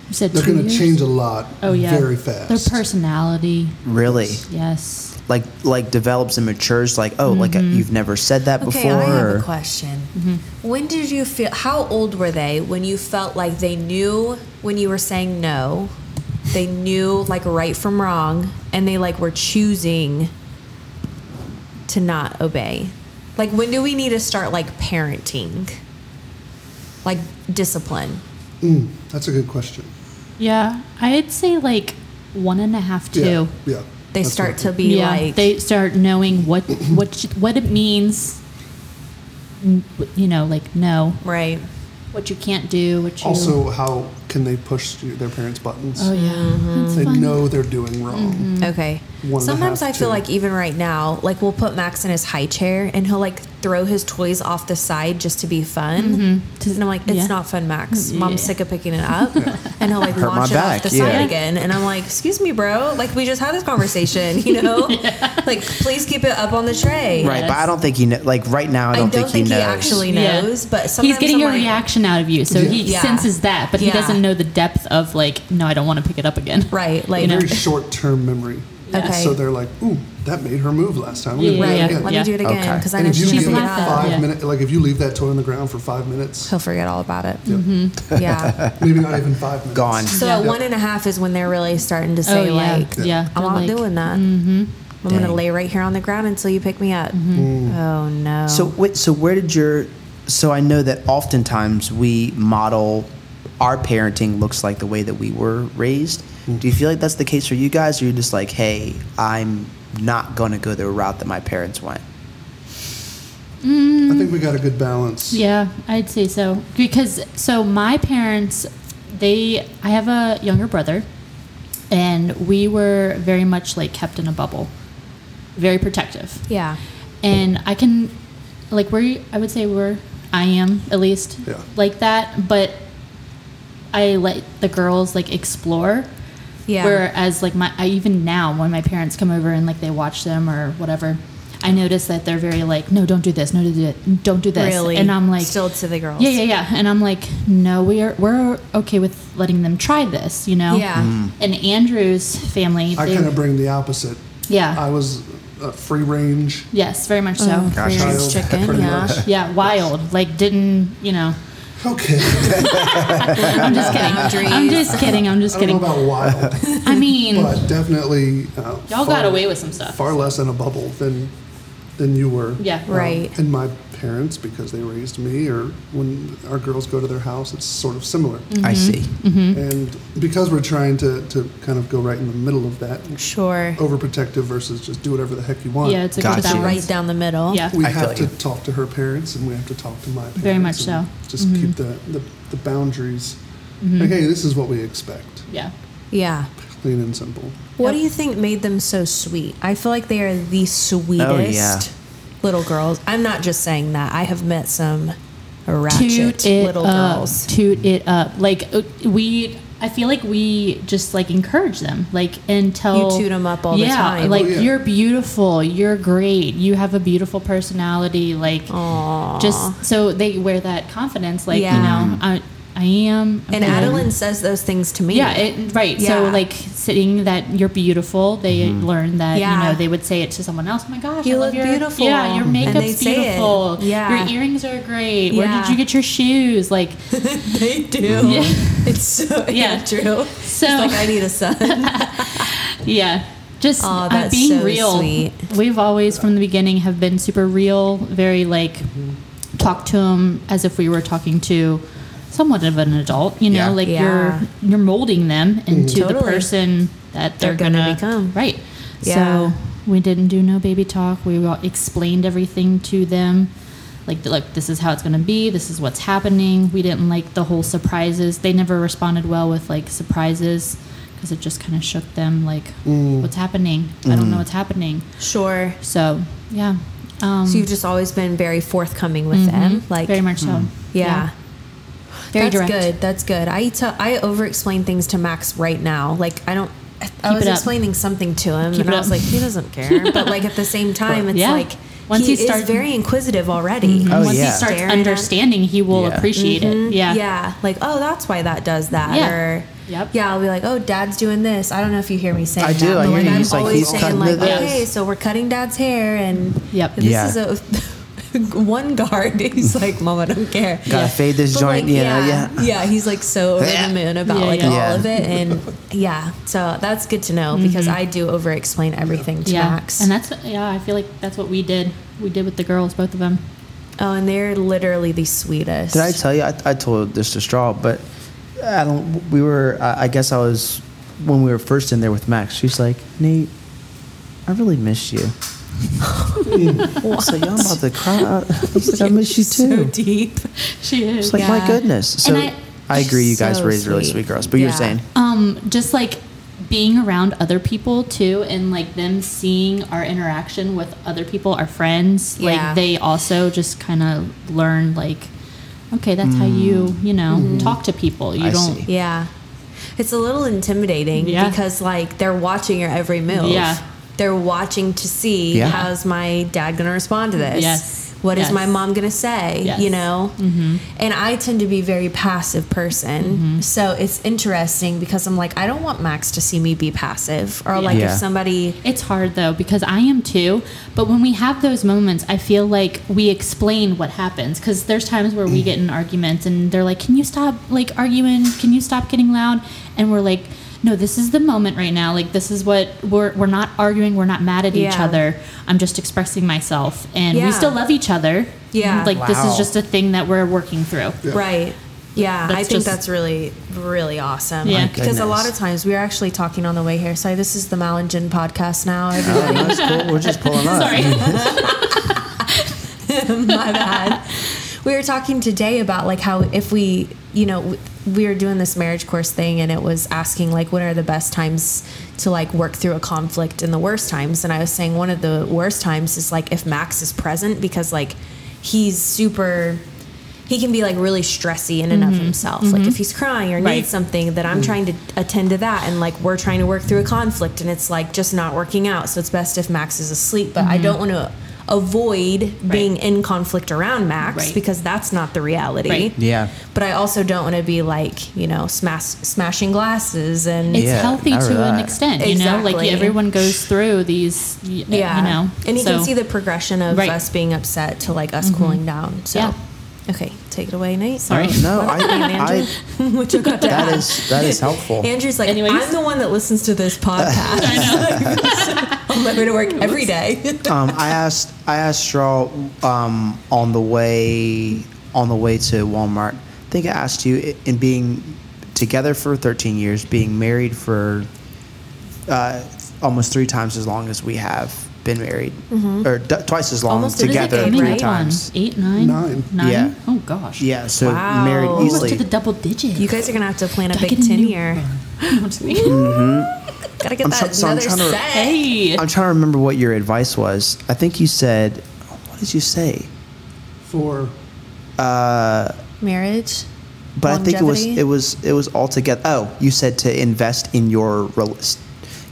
Speaker 4: You said
Speaker 6: They're
Speaker 4: two
Speaker 6: going to
Speaker 4: years?
Speaker 6: change a lot
Speaker 4: Oh yeah,
Speaker 6: very fast.
Speaker 4: Their personality,
Speaker 3: Really,
Speaker 4: yes.
Speaker 3: like like develops and matures. Like oh, like uh you've never said that
Speaker 5: Mm-hmm. Okay,
Speaker 3: before.
Speaker 5: I have
Speaker 3: or-
Speaker 5: a question.
Speaker 4: Mm-hmm.
Speaker 5: When did you feel? How old were they when you felt like they knew when you were saying no? They knew like right from wrong, and they like were choosing to not obey. Like, when do we need to start like parenting, like discipline?
Speaker 6: Mm, that's a good question.
Speaker 4: Yeah, I'd say like one and a half, two.
Speaker 6: Yeah. yeah
Speaker 5: They
Speaker 6: That's
Speaker 5: start
Speaker 6: what-
Speaker 5: to be
Speaker 4: yeah,
Speaker 5: like
Speaker 4: they start knowing
Speaker 6: *clears throat*
Speaker 4: what what sh- what it means. n- You know, like no,
Speaker 5: right.
Speaker 4: what you can't do, what you.
Speaker 6: Also, how can they push their parents' buttons?
Speaker 4: oh yeah, that's
Speaker 6: They
Speaker 4: fun. Mm-hmm.
Speaker 6: know they're doing wrong.
Speaker 5: Okay.
Speaker 6: One and a
Speaker 5: Sometimes
Speaker 6: half,
Speaker 5: I feel
Speaker 6: two.
Speaker 5: like even right now, like we'll put Max in his high chair and he'll like throw his toys off the side just to be fun. And I'm like, it's
Speaker 4: Yeah.
Speaker 5: not fun, Max. Mom's
Speaker 4: Yeah.
Speaker 5: sick of picking it up. And he'll like
Speaker 3: Hurt my
Speaker 5: launch it
Speaker 3: back,
Speaker 5: off the
Speaker 3: yeah.
Speaker 5: side again. And I'm like, excuse me, bro. Like we just had this conversation, you know? Like please keep it up on the tray.
Speaker 3: Right, but I don't think he know. Like right now, I
Speaker 5: I
Speaker 3: don't, think, he knows.
Speaker 5: actually
Speaker 4: Yeah.
Speaker 5: knows, but sometimes
Speaker 4: he's getting
Speaker 5: I'm
Speaker 4: a
Speaker 5: like,
Speaker 4: reaction out of you, so he
Speaker 5: Yeah.
Speaker 4: senses that, but he
Speaker 5: Yeah.
Speaker 4: doesn't know the depth of like, no, I don't want to pick it up again.
Speaker 5: *laughs* Right. Like
Speaker 4: know.
Speaker 6: Very short term memory.
Speaker 5: Okay.
Speaker 6: So they're like, ooh, that made her move last time. I'm gonna do
Speaker 5: right.
Speaker 6: that
Speaker 4: Yeah.
Speaker 6: again.
Speaker 5: Let
Speaker 4: Yeah.
Speaker 5: me do it again
Speaker 3: Okay.
Speaker 5: because I
Speaker 6: And
Speaker 5: know
Speaker 6: if you
Speaker 5: she's
Speaker 6: leave
Speaker 5: picking
Speaker 6: it
Speaker 5: it
Speaker 4: like that,
Speaker 6: five
Speaker 5: up.
Speaker 4: yeah.
Speaker 6: minute, like if you leave that toy on the ground for five minutes,
Speaker 5: He'll forget all about it. Mm-hmm. Yeah.
Speaker 6: maybe not even
Speaker 4: *laughs*
Speaker 6: five minutes.
Speaker 3: Gone.
Speaker 5: So at one and a half is when they're really starting to say
Speaker 4: Oh, yeah.
Speaker 5: like, mm-hmm.
Speaker 4: Yeah.
Speaker 5: I'm
Speaker 4: They're
Speaker 5: not
Speaker 4: like,
Speaker 5: doing that. I'm gonna
Speaker 3: Dang.
Speaker 5: lay right here on the ground until you pick me up.
Speaker 4: Mm.
Speaker 5: Oh no.
Speaker 3: So wait, so where did your? So I know that oftentimes we model our parenting looks like the way that we were raised. Do you feel like that's the case for you guys, or you're just like, hey, I'm not going to go the route that my parents went?
Speaker 6: I think we got a good balance.
Speaker 4: Yeah, I'd say so. Because so my parents, they I have a younger brother and we were very much like kept in a bubble. Very protective.
Speaker 5: yeah.
Speaker 4: And I can like we're I would say we're I am at least
Speaker 6: Yeah.
Speaker 4: like that, but I let the girls like explore.
Speaker 5: Yeah.
Speaker 4: Whereas like my I, even now when my parents come over and like they watch them or whatever, I notice that they're very like, no, don't do this, no, do that, don't do this,
Speaker 5: Really?
Speaker 4: and I'm like,
Speaker 5: Still to the girls.
Speaker 4: yeah, yeah, yeah, and I'm like, no, we are we're okay with letting them try this, you know,
Speaker 5: Yeah. Mm.
Speaker 4: And Andrew's family,
Speaker 6: Mm-hmm. I
Speaker 4: they-
Speaker 6: kind of bring the opposite.
Speaker 4: Yeah.
Speaker 6: I was uh, free range.
Speaker 4: yes, very much so,
Speaker 5: Free
Speaker 6: Child,
Speaker 5: range chicken.
Speaker 6: pretty
Speaker 5: Yeah.
Speaker 6: much.
Speaker 4: yeah, wild, like didn't you know?
Speaker 6: Okay. I
Speaker 4: I'm *laughs* just kidding,
Speaker 5: Boundaries.
Speaker 4: I'm just kidding, I'm just
Speaker 6: don't know
Speaker 4: kidding.
Speaker 6: about wild,
Speaker 4: I mean,
Speaker 6: but definitely. Uh,
Speaker 4: Y'all got away with some stuff.
Speaker 6: Far less in a bubble than than you were. Um,
Speaker 4: Yeah.
Speaker 5: Right.
Speaker 6: and my parents, because they raised me, or when our girls go to their house, it's sort of similar.
Speaker 3: I see.
Speaker 6: Mm-hmm. And because we're trying to, to kind of go right in the middle of that,
Speaker 5: Sure.
Speaker 4: Oh,
Speaker 6: overprotective versus just do whatever the heck you want.
Speaker 4: Yeah, it's a
Speaker 3: Gotcha.
Speaker 4: good balance.
Speaker 5: Right down the middle.
Speaker 4: Yeah.
Speaker 6: we
Speaker 3: I
Speaker 6: have to
Speaker 3: feel you.
Speaker 6: talk to her parents and we have to talk to my parents.
Speaker 4: Very much
Speaker 6: and
Speaker 4: so. Mm-hmm.
Speaker 6: Just keep the, the, the boundaries. Like, hey, this is what we expect.
Speaker 4: Yeah.
Speaker 5: Yeah.
Speaker 6: Clean and simple.
Speaker 5: What do you think made them so sweet? I feel like they are the sweetest
Speaker 4: Oh,
Speaker 5: little girls. I'm not just saying that. I have met some ratchet
Speaker 4: Toot it
Speaker 5: little
Speaker 4: up.
Speaker 5: girls.
Speaker 4: Toot it up. Like uh, we, I feel like we just like encourage them, like and tell
Speaker 5: You toot 'em up all the
Speaker 4: yeah,
Speaker 5: time.
Speaker 4: Like
Speaker 6: Oh, yeah.
Speaker 4: you're beautiful. You're great. You have a beautiful personality. Like just so they wear that confidence. Like
Speaker 5: Yeah.
Speaker 4: you know, I, I am.
Speaker 5: And
Speaker 4: okay.
Speaker 5: Adeline says those things to me.
Speaker 4: Yeah, it, right. So
Speaker 5: Yeah.
Speaker 4: like sitting that you're beautiful, they
Speaker 5: Mm-hmm.
Speaker 4: learn that
Speaker 5: Yeah.
Speaker 4: you know they would say it to someone else. Oh my gosh,
Speaker 5: You
Speaker 4: I love
Speaker 5: look
Speaker 4: your,
Speaker 5: beautiful."
Speaker 4: Yeah, your
Speaker 5: And they
Speaker 4: makeup's
Speaker 5: say it.
Speaker 4: beautiful.
Speaker 5: Yeah.
Speaker 4: your earrings are great. Where
Speaker 5: Yeah.
Speaker 4: did you get your shoes? Like
Speaker 5: *laughs* they do.
Speaker 4: Yeah.
Speaker 5: It's so *laughs*
Speaker 4: Yeah.
Speaker 5: true.
Speaker 4: so,
Speaker 5: Like I need a
Speaker 4: *laughs*
Speaker 5: son.
Speaker 4: yeah. Just
Speaker 5: Aw,
Speaker 4: uh,
Speaker 5: that's
Speaker 4: being
Speaker 5: so
Speaker 4: real.
Speaker 5: sweet.
Speaker 4: We've always from the beginning have been super real, very like talk to them as if we were talking to somewhat of an adult. You know,
Speaker 3: Yeah.
Speaker 4: like
Speaker 5: Yeah.
Speaker 4: you're you're molding them into the
Speaker 5: Totally.
Speaker 4: person that they're,
Speaker 5: They're gonna become.
Speaker 4: Right.
Speaker 5: Yeah.
Speaker 4: So we didn't do no baby talk. We wa- explained everything to them. Like, look, this is how it's going to be. This is what's happening. We didn't like the whole surprises. They never responded well with like surprises because it just kind of shook them. Like,
Speaker 5: Mm.
Speaker 4: what's happening? I don't know what's happening.
Speaker 5: sure.
Speaker 4: So, yeah. Um,
Speaker 5: So you've just always been very forthcoming with them. Like
Speaker 4: Mm-hmm. very much so.
Speaker 5: Yeah.
Speaker 4: Very
Speaker 5: That's
Speaker 4: direct.
Speaker 5: good. That's good. I tell I over explain things to Max right now. Like I don't I- I was
Speaker 4: it up.
Speaker 5: explaining something to him
Speaker 4: Keep
Speaker 5: and
Speaker 4: it
Speaker 5: I was
Speaker 4: up.
Speaker 5: like, he
Speaker 4: *laughs*
Speaker 5: doesn't care. But like at the same time it's
Speaker 4: Yeah.
Speaker 5: like
Speaker 4: Once
Speaker 5: he,
Speaker 4: he starts- Mm-hmm.
Speaker 5: is very inquisitive already.
Speaker 3: Oh,
Speaker 4: Once
Speaker 3: yeah.
Speaker 4: he starts
Speaker 5: Staring at- Mm-hmm.
Speaker 4: understanding, he will
Speaker 3: Yeah.
Speaker 4: appreciate it. Yeah.
Speaker 5: Yeah. Like, oh that's why that does that.
Speaker 4: Yeah.
Speaker 5: Or
Speaker 4: Yep.
Speaker 5: yeah, I'll be like, oh dad's doing this. I don't know if you hear me saying
Speaker 3: I
Speaker 5: that.
Speaker 3: do.
Speaker 5: but,
Speaker 3: I hear
Speaker 5: like,
Speaker 3: you.
Speaker 5: I'm
Speaker 3: He's like,
Speaker 5: always
Speaker 3: he's
Speaker 5: saying
Speaker 3: cutting
Speaker 5: like,
Speaker 3: to this.
Speaker 5: okay, so we're cutting dad's hair and
Speaker 4: Yep.
Speaker 5: this
Speaker 3: Yeah.
Speaker 5: is a *laughs* one guard. He's like, Mom, I don't care.
Speaker 3: Gotta fade this
Speaker 5: But,
Speaker 3: joint,
Speaker 5: like,
Speaker 3: you know, yeah.
Speaker 5: yeah. He's like so over
Speaker 3: *laughs* Yeah.
Speaker 5: the moon about
Speaker 4: Yeah,
Speaker 5: like
Speaker 4: yeah.
Speaker 5: all
Speaker 3: Yeah.
Speaker 5: of it, and yeah. So that's good to know because I do over-explain everything to
Speaker 4: Mm-hmm. Yeah.
Speaker 5: Max.
Speaker 4: And that's, yeah, I feel like that's what we did. We did with the girls, both of them.
Speaker 5: oh, and they're literally the sweetest.
Speaker 3: Did I tell you? I, I told this to Straw, but I don't. We were. I, I guess I was when we were first in there with Max. She's like, Nate, I really miss you. *laughs* So y'all about to cry. *laughs* I said, I miss
Speaker 5: *laughs*
Speaker 3: you
Speaker 5: so
Speaker 3: too.
Speaker 5: deep.
Speaker 4: She is.
Speaker 3: It's like
Speaker 5: Yeah.
Speaker 3: my goodness. So
Speaker 4: And I-
Speaker 3: I, agree. You guys
Speaker 5: So
Speaker 3: raised really
Speaker 5: sweet.
Speaker 3: sweet girls, but you're
Speaker 5: Yeah. *laughs*
Speaker 3: saying
Speaker 4: um, just like being around other people too and like them seeing our interaction with other people our friends
Speaker 5: Yeah.
Speaker 4: like they also just kind of learn like okay that's how you you know talk to people you
Speaker 3: Mm. I
Speaker 4: don't
Speaker 3: see.
Speaker 5: Yeah, it's a little intimidating
Speaker 4: Yeah.
Speaker 5: because like they're watching your every move.
Speaker 4: Yeah.
Speaker 5: they're watching to see
Speaker 3: Yeah.
Speaker 5: how's my dad gonna respond to this.
Speaker 4: Yes.
Speaker 5: What is
Speaker 4: Yes.
Speaker 5: my mom gonna say?
Speaker 4: Yes. Mm-hmm.
Speaker 5: You know, and I tend to be a very passive person, so it's interesting because I'm like I don't want Max to see me be passive or like
Speaker 3: Yeah.
Speaker 5: if somebody.
Speaker 4: It's hard though because I am too. But when we have those moments, I feel like we explain what happens because there's times where
Speaker 5: Mm.
Speaker 4: we get in arguments and they're like, "Can you stop like arguing? Can you stop getting loud?" And we're like, "No, this is the moment right now. Like this is what we're we're not arguing. We're not mad at each
Speaker 5: Yeah.
Speaker 4: other. I'm just expressing myself, and
Speaker 5: Yeah.
Speaker 4: we still love each other.
Speaker 5: Yeah.
Speaker 4: like this
Speaker 3: Wow.
Speaker 4: is just a thing that we're working through.
Speaker 5: Right. Yeah, I
Speaker 4: That's
Speaker 5: think
Speaker 4: just-
Speaker 5: that's really, really awesome.
Speaker 4: Yeah. My
Speaker 5: Because a lot
Speaker 3: goodness.
Speaker 5: of times we were actually talking on the way here. Sorry, this is the Mal and Gin podcast now. everybody.
Speaker 3: oh, no, it's cool. We're just pulling up.
Speaker 4: Sorry,
Speaker 5: my bad. We were talking today about like how if we, you know, w- we were doing this marriage course thing and it was asking like when are the best times to like work through a conflict and the worst times and I was saying one of the worst times is like if Max is present because like he's super he can be like really stressy in and of himself. Like if he's crying or
Speaker 4: Mm-hmm. Right. Mm.
Speaker 5: needs something that I'm trying to attend to that and like we're trying to work through a conflict and it's like just not working out. So it's best if Max is asleep, but
Speaker 4: Mm-hmm.
Speaker 5: I don't want to avoid being in conflict around Max
Speaker 4: Right.
Speaker 5: because that's not the reality.
Speaker 4: Right.
Speaker 3: Yeah.
Speaker 5: But I also don't want to be like, you know, smash smashing glasses and
Speaker 4: it's
Speaker 3: Yeah,
Speaker 4: healthy
Speaker 3: I
Speaker 4: to an
Speaker 3: relate.
Speaker 4: extent. You know,
Speaker 5: Exactly.
Speaker 4: like everyone goes through these. y-
Speaker 5: yeah.
Speaker 4: you know,
Speaker 5: And you can
Speaker 4: so-
Speaker 5: see the progression of
Speaker 4: Right. Mm-hmm.
Speaker 5: us being upset to like us cooling down. So
Speaker 4: Yeah.
Speaker 5: Okay, take it away, Nate.
Speaker 4: Sorry.
Speaker 3: No, I,
Speaker 5: *laughs*
Speaker 3: I,
Speaker 5: What you got to
Speaker 3: *laughs* that
Speaker 5: add?
Speaker 3: is that is helpful.
Speaker 5: Andrew's like,
Speaker 4: Anyways.
Speaker 5: I'm the one that listens to
Speaker 3: *laughs*
Speaker 5: this podcast. *laughs* I'm leaving to work every
Speaker 4: *laughs*
Speaker 5: day.
Speaker 3: um, I asked I asked Straw um, on the way on the way to Walmart. I think I asked you i- in being together for 13 years, being married for uh, almost three times as long as we have been married, or d- twice as long
Speaker 5: Mm-hmm. Almost a
Speaker 3: together.
Speaker 5: decade,
Speaker 3: three
Speaker 5: right? Eight
Speaker 3: times.
Speaker 4: Eight, nine,
Speaker 6: Nine.
Speaker 4: nine?
Speaker 3: Yeah.
Speaker 4: Oh gosh.
Speaker 3: Yeah, so
Speaker 5: Wow.
Speaker 3: married
Speaker 5: Almost
Speaker 4: Almost
Speaker 3: easily.
Speaker 4: to the double digits.
Speaker 5: You
Speaker 4: *laughs*
Speaker 5: guys are gonna have to plan a
Speaker 4: Gotta
Speaker 5: big
Speaker 4: get a
Speaker 5: ten
Speaker 4: new
Speaker 5: year.
Speaker 4: one. I'm just
Speaker 3: Mm-hmm.
Speaker 4: kidding.
Speaker 5: Gotta get
Speaker 3: I'm
Speaker 5: that
Speaker 3: try- so I'm
Speaker 5: another
Speaker 3: trying to-
Speaker 5: set.
Speaker 4: hey.
Speaker 3: I'm trying to remember what your advice was. I think you said, what did you say?
Speaker 6: For
Speaker 5: Marriage.
Speaker 3: But I think
Speaker 5: Longevity?
Speaker 3: it was it was it was all together. Oh, you said to invest in your rel-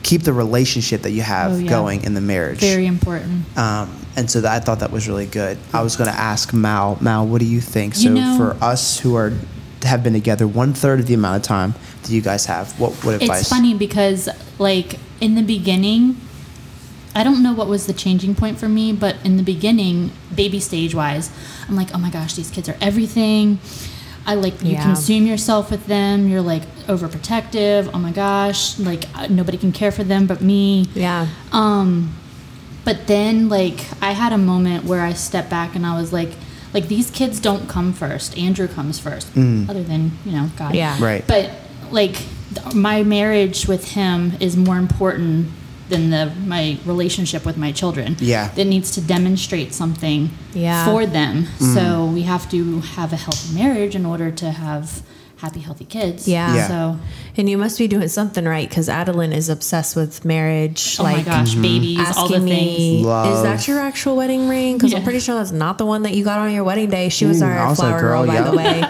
Speaker 3: keep the relationship that you have
Speaker 4: Oh, yeah.
Speaker 3: going in the marriage.
Speaker 4: Very important.
Speaker 3: um, and so that, I thought that was really good. I was going to ask Mal, Mal, what do you think? So
Speaker 4: You know-
Speaker 3: for us who are have been together one third of the amount of time that you guys have, what what advice?
Speaker 4: It's funny because, like, in the beginning, I don't know what was the changing point for me, but in the beginning, baby stage wise, I'm like, oh my gosh, these kids are everything. I like, you
Speaker 5: Yeah.
Speaker 4: consume yourself with them. You're like overprotective. Oh my gosh. Like, uh, nobody can care for them but me.
Speaker 5: Yeah.
Speaker 4: Um, but then like I had a moment where I stepped back and I was like, like these kids don't come first. Andrew comes first, other than you know God.
Speaker 5: Yeah.
Speaker 3: Mm. Right.
Speaker 4: But like th- my marriage with him is more important than the my relationship with my children.
Speaker 3: Yeah.
Speaker 4: That needs to demonstrate something
Speaker 5: Yeah.
Speaker 4: for them.
Speaker 3: Mm.
Speaker 4: So we have to have a healthy marriage in order to have happy, healthy kids.
Speaker 5: Yeah.
Speaker 3: Yeah.
Speaker 4: So
Speaker 5: And you must be doing something right because Adeline is obsessed with marriage.
Speaker 4: oh
Speaker 5: like,
Speaker 4: my gosh, babies,
Speaker 5: asking
Speaker 4: all the things.
Speaker 5: me, is
Speaker 3: Love.
Speaker 5: that your actual wedding ring? Because I'm
Speaker 4: Yeah.
Speaker 5: pretty sure that's not the one that you got on your wedding day. She was
Speaker 3: Mm, I
Speaker 5: our
Speaker 3: was like,
Speaker 5: flower girl,
Speaker 3: girl,
Speaker 5: by
Speaker 3: yeah.
Speaker 5: the
Speaker 3: *laughs*
Speaker 5: way.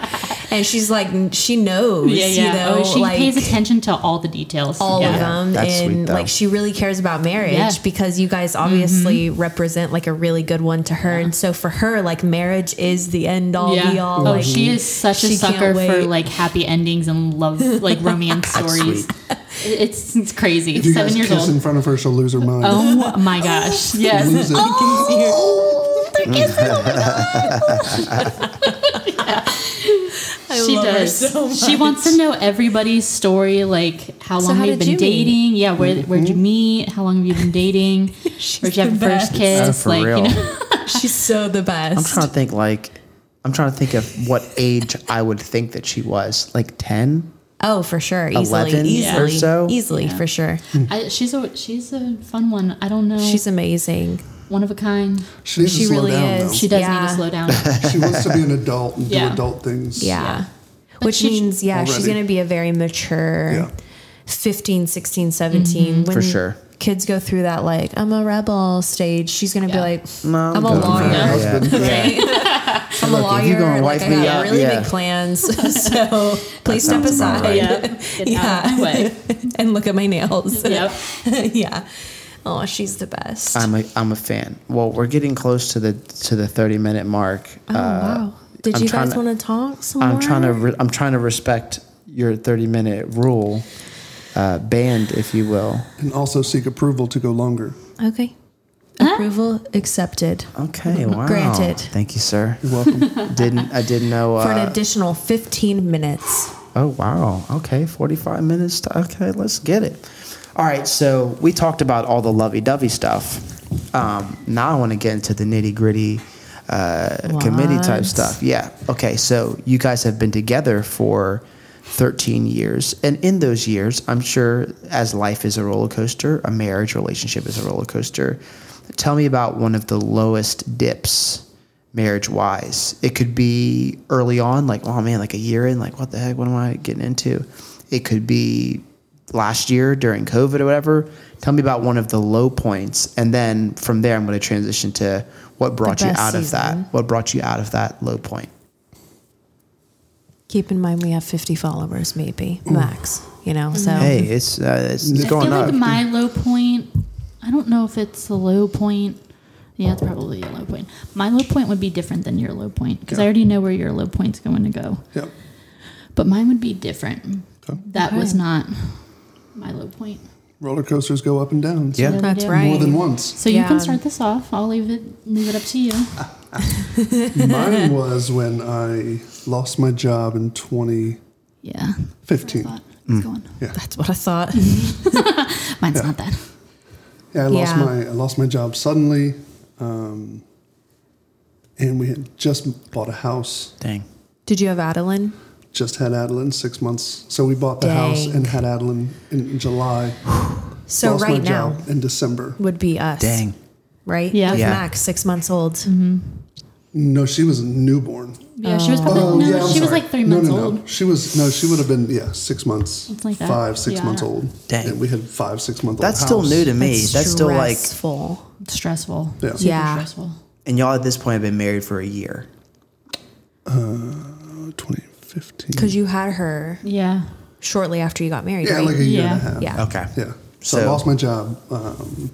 Speaker 5: And she's like, n- she knows,
Speaker 4: Yeah, yeah.
Speaker 5: you know,
Speaker 4: oh, she
Speaker 5: like
Speaker 4: pays attention to all the details.
Speaker 5: all
Speaker 4: yeah.
Speaker 5: of
Speaker 3: Yeah,
Speaker 5: them.
Speaker 3: that's sweet,
Speaker 5: and
Speaker 3: though.
Speaker 5: like, she really cares about marriage
Speaker 4: Yeah. Mm-hmm.
Speaker 5: because you guys obviously represent like a really good one to her. And so for her, like, marriage is the end all
Speaker 4: Yeah.
Speaker 5: be all.
Speaker 4: oh,
Speaker 5: like,
Speaker 4: she is such a
Speaker 5: she can't
Speaker 4: sucker for
Speaker 5: wait.
Speaker 4: like happy endings
Speaker 5: *laughs*
Speaker 4: and love, like romance stories.
Speaker 3: sweet.
Speaker 4: It- It's, it's crazy.
Speaker 6: if you
Speaker 4: Seven
Speaker 6: guys
Speaker 4: years
Speaker 6: kiss in
Speaker 4: old.
Speaker 6: front of her, she'll lose her mind.
Speaker 4: Oh my gosh!
Speaker 6: Lose
Speaker 4: Yes.
Speaker 6: it.
Speaker 5: Oh, I
Speaker 4: She
Speaker 5: love her
Speaker 4: does.
Speaker 5: so
Speaker 4: She wants to know everybody's story, like how
Speaker 5: So
Speaker 4: long
Speaker 5: how did
Speaker 4: they've been
Speaker 5: you meet?
Speaker 4: dating. Yeah, where where'd you meet? How long have you
Speaker 5: *laughs*
Speaker 4: been dating? Where'd you have your
Speaker 5: the
Speaker 4: first
Speaker 5: best.
Speaker 3: Oh,
Speaker 4: kiss?
Speaker 3: for
Speaker 4: like
Speaker 3: real.
Speaker 4: you know,
Speaker 5: She's so the best.
Speaker 3: I'm trying to think like I'm trying to think of what age I would think that she was like ten.
Speaker 5: Oh, for sure. Easily.
Speaker 3: 11
Speaker 5: easily.
Speaker 3: or so?
Speaker 5: Easily, for sure.
Speaker 4: I, she's a she's a fun one. I don't
Speaker 3: Mm-hmm.
Speaker 4: know.
Speaker 5: She's
Speaker 4: She's
Speaker 5: amazing.
Speaker 4: one of a kind.
Speaker 6: She needs
Speaker 5: She
Speaker 6: to slow
Speaker 5: really
Speaker 6: down,
Speaker 5: is.
Speaker 4: She does need
Speaker 5: Yeah.
Speaker 4: to slow
Speaker 5: *laughs*
Speaker 4: down.
Speaker 6: though. She wants to be an adult and
Speaker 4: Yeah.
Speaker 6: do adult things.
Speaker 5: Yeah. Which
Speaker 4: she-
Speaker 5: means, yeah, she's
Speaker 6: Already.
Speaker 5: going to be a very mature
Speaker 6: Yeah.
Speaker 5: 15, 16, 17. When
Speaker 3: Mm-hmm. For sure.
Speaker 5: Kids go through that, like, I'm a rebel stage. She's going to
Speaker 4: Yeah.
Speaker 5: be like,
Speaker 3: No,
Speaker 5: I'm a
Speaker 3: good for
Speaker 5: lawyer.
Speaker 3: her. Yeah.
Speaker 5: *laughs* I'm a
Speaker 3: if
Speaker 5: lawyer.
Speaker 3: you're gonna
Speaker 5: like,
Speaker 3: wipe
Speaker 5: I
Speaker 3: me
Speaker 5: got
Speaker 3: up,
Speaker 5: really
Speaker 3: yeah.
Speaker 5: big
Speaker 3: *laughs*
Speaker 5: plans. *laughs* So please step
Speaker 3: sounds
Speaker 5: aside
Speaker 3: about right.
Speaker 4: Yep. Get out of my way.
Speaker 5: *laughs* and look at my nails.
Speaker 4: Yep.
Speaker 5: *laughs* yeah. Oh, she's the best.
Speaker 3: I'm a I'm a fan. Well, we're getting close to the to the 30 minute mark.
Speaker 5: oh, wow. Did
Speaker 3: Uh, I'm
Speaker 5: you
Speaker 3: trying
Speaker 5: guys
Speaker 3: to-
Speaker 5: want to talk some
Speaker 3: I'm
Speaker 5: more?
Speaker 3: trying to re- I'm trying to respect your 30 minute rule, uh, band if you will.
Speaker 6: And also seek approval to go longer.
Speaker 5: Okay. Approval accepted.
Speaker 3: Okay, wow.
Speaker 5: Granted.
Speaker 3: Thank
Speaker 5: *laughs*
Speaker 3: you, sir.
Speaker 6: You're welcome.
Speaker 3: Didn't I didn't know.
Speaker 5: For an
Speaker 3: Uh,
Speaker 5: additional 15 minutes.
Speaker 3: oh wow. Okay, 45 minutes. To, okay, let's get it. All right. So we talked about all the lovey dovey stuff. Um, now I want to get into the nitty gritty. Uh, committee type
Speaker 5: What?
Speaker 3: stuff. Yeah. Okay. So you guys have been together for 13 years. And in those years, I'm sure as life is a roller coaster, a marriage relationship is a roller coaster. Tell me about one of the lowest dips marriage wise. It could be early on, like, oh man, like a year in, like, what the heck? What am I getting into? It could be last year during COVID or whatever. Tell me about one of the low points. And then from there, I'm going to transition to what brought you
Speaker 5: best
Speaker 3: out of
Speaker 5: season.
Speaker 3: that? What brought you out of that low point?
Speaker 5: Keep in mind, we have 50 followers, maybe max, you know? So,
Speaker 3: Hey, it's uh, it's, it's
Speaker 4: I
Speaker 3: going
Speaker 4: feel
Speaker 3: up.
Speaker 4: like my low point. I don't know if it's a low point. Yeah, it's probably a low point. My low point would be different than your low point because I already know where your low point's going to go.
Speaker 6: yep.
Speaker 4: But mine would be different.
Speaker 6: Okay.
Speaker 4: That was not my low point.
Speaker 6: roller coasters go up and down. so
Speaker 3: Yeah.
Speaker 4: They
Speaker 5: That's
Speaker 4: do.
Speaker 5: right.
Speaker 6: More than
Speaker 4: *laughs*
Speaker 6: once.
Speaker 4: So you
Speaker 5: Yeah.
Speaker 4: can start this off. I'll leave it leave it up to you.
Speaker 6: Mine was when I lost my job in 2015.
Speaker 4: Yeah. Thought it's
Speaker 6: Mm.
Speaker 4: going.
Speaker 5: That's what I thought. *laughs*
Speaker 4: Mine's not that.
Speaker 6: Yeah, I lost
Speaker 5: Yeah.
Speaker 6: my I lost my job suddenly, um, and we had just bought a house.
Speaker 3: Dang.
Speaker 5: Did you have Adeline?
Speaker 6: Just had Adeline six months, so we bought the house
Speaker 5: Dang.
Speaker 6: and had Adeline in July.
Speaker 5: So
Speaker 6: lost
Speaker 5: right
Speaker 6: my
Speaker 5: now
Speaker 6: job in December.
Speaker 5: would be us.
Speaker 3: Dang.
Speaker 5: Right?
Speaker 4: Yeah. Mm-hmm.
Speaker 5: With
Speaker 3: Yeah.
Speaker 5: Max, six months old.
Speaker 6: No, she was a newborn.
Speaker 4: Yeah, she was probably no,
Speaker 6: Oh, I'm
Speaker 4: she was
Speaker 6: sorry.
Speaker 4: like three months
Speaker 6: no, no,
Speaker 4: old.
Speaker 6: No. She was no, she would have been yeah, six months,
Speaker 4: Something like that.
Speaker 6: five, six
Speaker 4: Yeah.
Speaker 6: months old.
Speaker 3: Dang.
Speaker 6: and we had five, six month old.
Speaker 3: That's still
Speaker 6: house.
Speaker 3: new to me. That's, still like,
Speaker 5: stressful.
Speaker 4: Stressful.
Speaker 6: Yeah.
Speaker 4: Super
Speaker 5: Yeah.
Speaker 4: stressful.
Speaker 3: and y'all at this point have been married for a year.
Speaker 6: 2015.
Speaker 5: because you had her
Speaker 4: Yeah.
Speaker 5: shortly after you got married.
Speaker 6: yeah,
Speaker 5: right?
Speaker 6: like a year and a
Speaker 4: Yeah.
Speaker 6: half.
Speaker 5: yeah.
Speaker 3: Okay.
Speaker 6: Yeah. So, I
Speaker 3: So-
Speaker 6: lost my job. Um,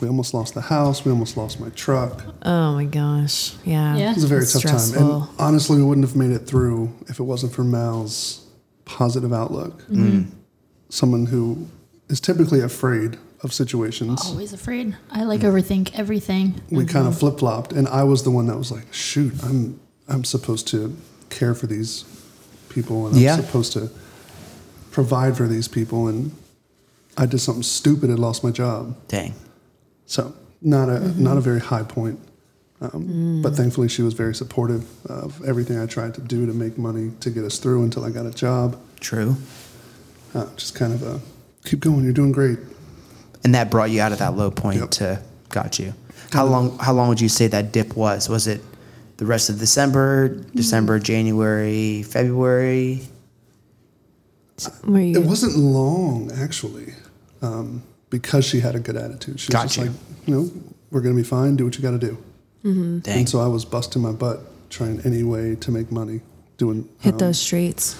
Speaker 6: we almost lost the house. We almost lost my truck. It
Speaker 5: Oh my gosh. Yeah.
Speaker 4: Yeah.
Speaker 6: was a very
Speaker 5: It's
Speaker 6: tough time.
Speaker 5: stressful.
Speaker 6: And honestly, we wouldn't have made it through if it wasn't for Mal's positive outlook.
Speaker 5: Mm-hmm.
Speaker 6: Someone who is typically afraid of situations.
Speaker 5: Oh,
Speaker 4: Always afraid. I like overthink everything.
Speaker 6: we kind
Speaker 5: Mm-hmm.
Speaker 6: of flip flopped, and I was the one that was like, "Shoot, I'm I'm supposed to care for these people, and I'm
Speaker 3: Yeah.
Speaker 6: supposed to provide for these people." And I did something stupid and lost my job.
Speaker 3: Dang.
Speaker 6: So not a not a very high point, um, but thankfully she was very supportive of everything I tried to do to make money to get us through until I got a job.
Speaker 3: True.
Speaker 6: Uh, just kind of a keep going, you're doing great.
Speaker 3: And that brought you out of that low point
Speaker 6: Yep.
Speaker 3: to got you. How long? How long would you say that dip was? Was it the rest of December, December, January, February?
Speaker 5: Were you-
Speaker 6: It wasn't long actually, um, because she had a good attitude. She was just
Speaker 3: Gotcha.
Speaker 6: like, you know, we're gonna be fine. Do what you got to do.
Speaker 3: Dang.
Speaker 6: And so I was busting my butt trying any way to make money, doing
Speaker 5: hit
Speaker 6: um,
Speaker 5: those streets.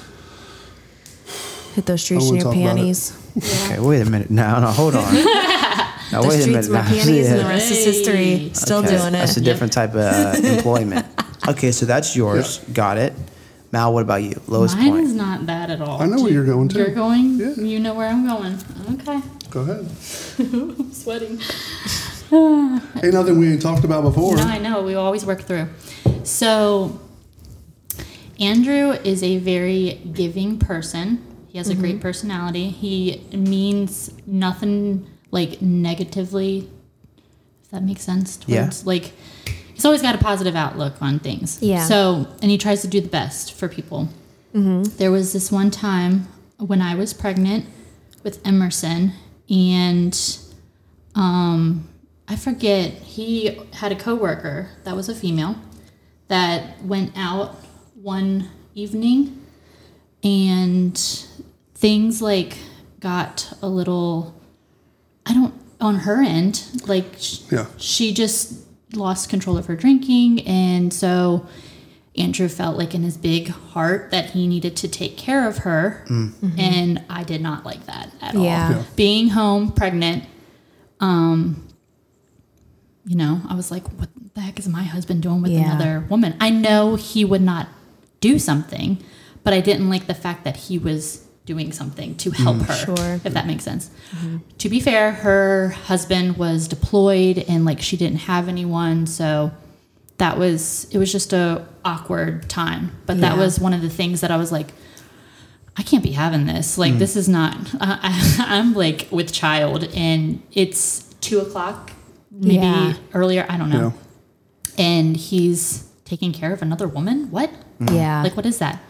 Speaker 5: Hit those streets in
Speaker 6: won't
Speaker 5: your
Speaker 6: talk about it.
Speaker 5: panties.
Speaker 3: okay. Wait a minute. No. No. Hold on. No.
Speaker 5: The
Speaker 3: wait a
Speaker 5: streets,
Speaker 3: minute.
Speaker 5: my
Speaker 3: now.
Speaker 5: panties, and the
Speaker 3: *laughs* Yeah.
Speaker 5: rest is history.
Speaker 4: Hey.
Speaker 5: Still
Speaker 3: Okay,
Speaker 5: doing
Speaker 3: That's a
Speaker 5: it.
Speaker 3: different
Speaker 5: *laughs*
Speaker 3: type of uh, employment. Okay, so that's yours. Got it. Mal, what about you? Lowest
Speaker 4: Mine
Speaker 3: point.
Speaker 4: is not that at all.
Speaker 6: I know where you're going to.
Speaker 4: You're going?
Speaker 6: Yeah.
Speaker 4: You know where I'm going. Okay.
Speaker 6: Go ahead.
Speaker 4: I'm sweating.
Speaker 6: Ain't nothing we ain't talked about before.
Speaker 4: No, I know. We always work through. So, Andrew is a very giving person. He has a
Speaker 6: Mm-hmm.
Speaker 4: great personality. He means nothing like negatively. If that makes sense.
Speaker 3: Yeah.
Speaker 4: Towards, Like, he's always got a positive outlook on things.
Speaker 5: Yeah.
Speaker 4: So, and he tries to do the best for people. There was this one time when I was pregnant with Emerson and um, I forget, he had a coworker that was a female that went out one evening and things like got a little, I don't, on her end, like sh-
Speaker 6: Yeah.
Speaker 4: she just lost control of her drinking. And so Andrew felt like in his big heart that he needed to take care of her. And I did not like that at all
Speaker 5: Mm-hmm. Yeah.
Speaker 6: Yeah.
Speaker 4: being home pregnant um you know i was like what the heck is my husband doing with
Speaker 5: Yeah.
Speaker 4: another woman i know he would not do something but i didn't like the fact that he was doing something to help her
Speaker 5: Sure.
Speaker 4: if that makes sense to be fair her husband was deployed and like she didn't have anyone so that was it was just a awkward time but that
Speaker 5: Yeah.
Speaker 4: was one of the things that i was like I can't be having this. Like, this is not. *laughs* I I, I'm like with child, and it's two o'clock, maybe
Speaker 5: Yeah.
Speaker 4: earlier. I don't know.
Speaker 6: Yeah.
Speaker 4: And he's taking care of another woman. What?
Speaker 6: mm.
Speaker 5: Yeah.
Speaker 4: Like, what is that?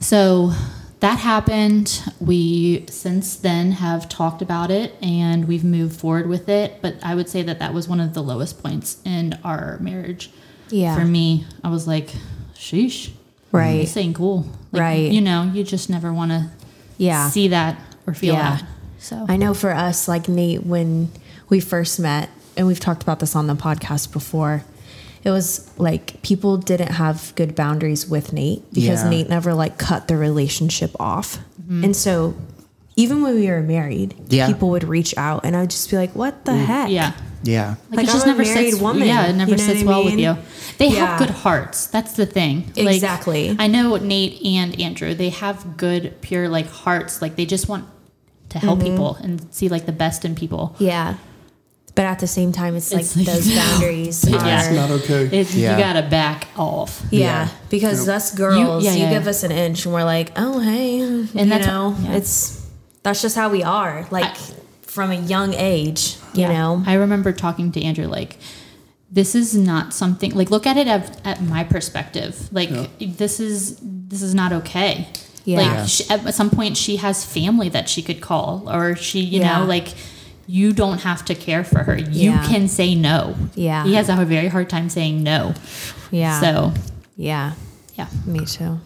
Speaker 4: So that happened. We since then have talked about it and we've moved forward with it. But I would say that that was one of the lowest points in our marriage.
Speaker 5: Yeah.
Speaker 4: For me, I was like, sheesh,
Speaker 5: Right.
Speaker 4: this ain't cool. Like,
Speaker 5: Right.
Speaker 4: You know, you just never want to
Speaker 5: Yeah.
Speaker 4: see that or feel
Speaker 5: Yeah.
Speaker 4: that. So
Speaker 5: I know for us, like Nate, when we first met, and we've talked about this on the podcast before, it was like people didn't have good boundaries with Nate because
Speaker 3: Yeah.
Speaker 5: Nate never like cut the relationship off. And so even when we were married,
Speaker 3: Yeah.
Speaker 5: people would reach out and I would just be like, what the
Speaker 6: Mm.
Speaker 5: heck?
Speaker 4: yeah.
Speaker 3: yeah.
Speaker 5: Like,
Speaker 4: it
Speaker 5: I'm
Speaker 4: just
Speaker 5: a
Speaker 4: never
Speaker 5: married
Speaker 4: sits,
Speaker 5: woman,
Speaker 4: Yeah, it never
Speaker 5: you know
Speaker 4: sits
Speaker 5: what I
Speaker 4: well with
Speaker 5: mean?
Speaker 4: you. They
Speaker 5: Yeah.
Speaker 4: have good hearts. That's the thing. Like,
Speaker 5: Exactly.
Speaker 4: I know Nate and Andrew. They have good, pure like hearts. Like they just want to help
Speaker 5: Mm-hmm.
Speaker 4: people and see like the best in people.
Speaker 5: Yeah. But at the same time, it's,
Speaker 4: It's
Speaker 5: like,
Speaker 4: like,
Speaker 5: those
Speaker 4: no.
Speaker 5: boundaries.
Speaker 4: *laughs* Yeah.
Speaker 5: Are,
Speaker 4: It's
Speaker 6: Not okay.
Speaker 4: It's,
Speaker 3: Yeah.
Speaker 4: You gotta back off.
Speaker 5: Yeah, because
Speaker 6: Yep.
Speaker 5: us girls, you,
Speaker 4: yeah, yeah,
Speaker 5: give
Speaker 4: yeah.
Speaker 5: us an inch and we're like, oh hey, and you
Speaker 4: that's-
Speaker 5: know,
Speaker 4: yeah.
Speaker 5: it's that's just how we are, like
Speaker 4: I-
Speaker 5: from a young age, you know.
Speaker 4: I remember talking to Andrew like, this is not something like look at it at, at my perspective. Like this is this is not okay.
Speaker 5: Yeah. Yeah.
Speaker 4: Like she, at some point she has family that she could call or she you
Speaker 5: Yeah.
Speaker 4: know like you don't have to care for her. You
Speaker 5: Yeah.
Speaker 4: can say no.
Speaker 5: Yeah.
Speaker 4: He has a very hard time saying no.
Speaker 5: yeah.
Speaker 4: So
Speaker 5: yeah,
Speaker 4: yeah.
Speaker 5: me too.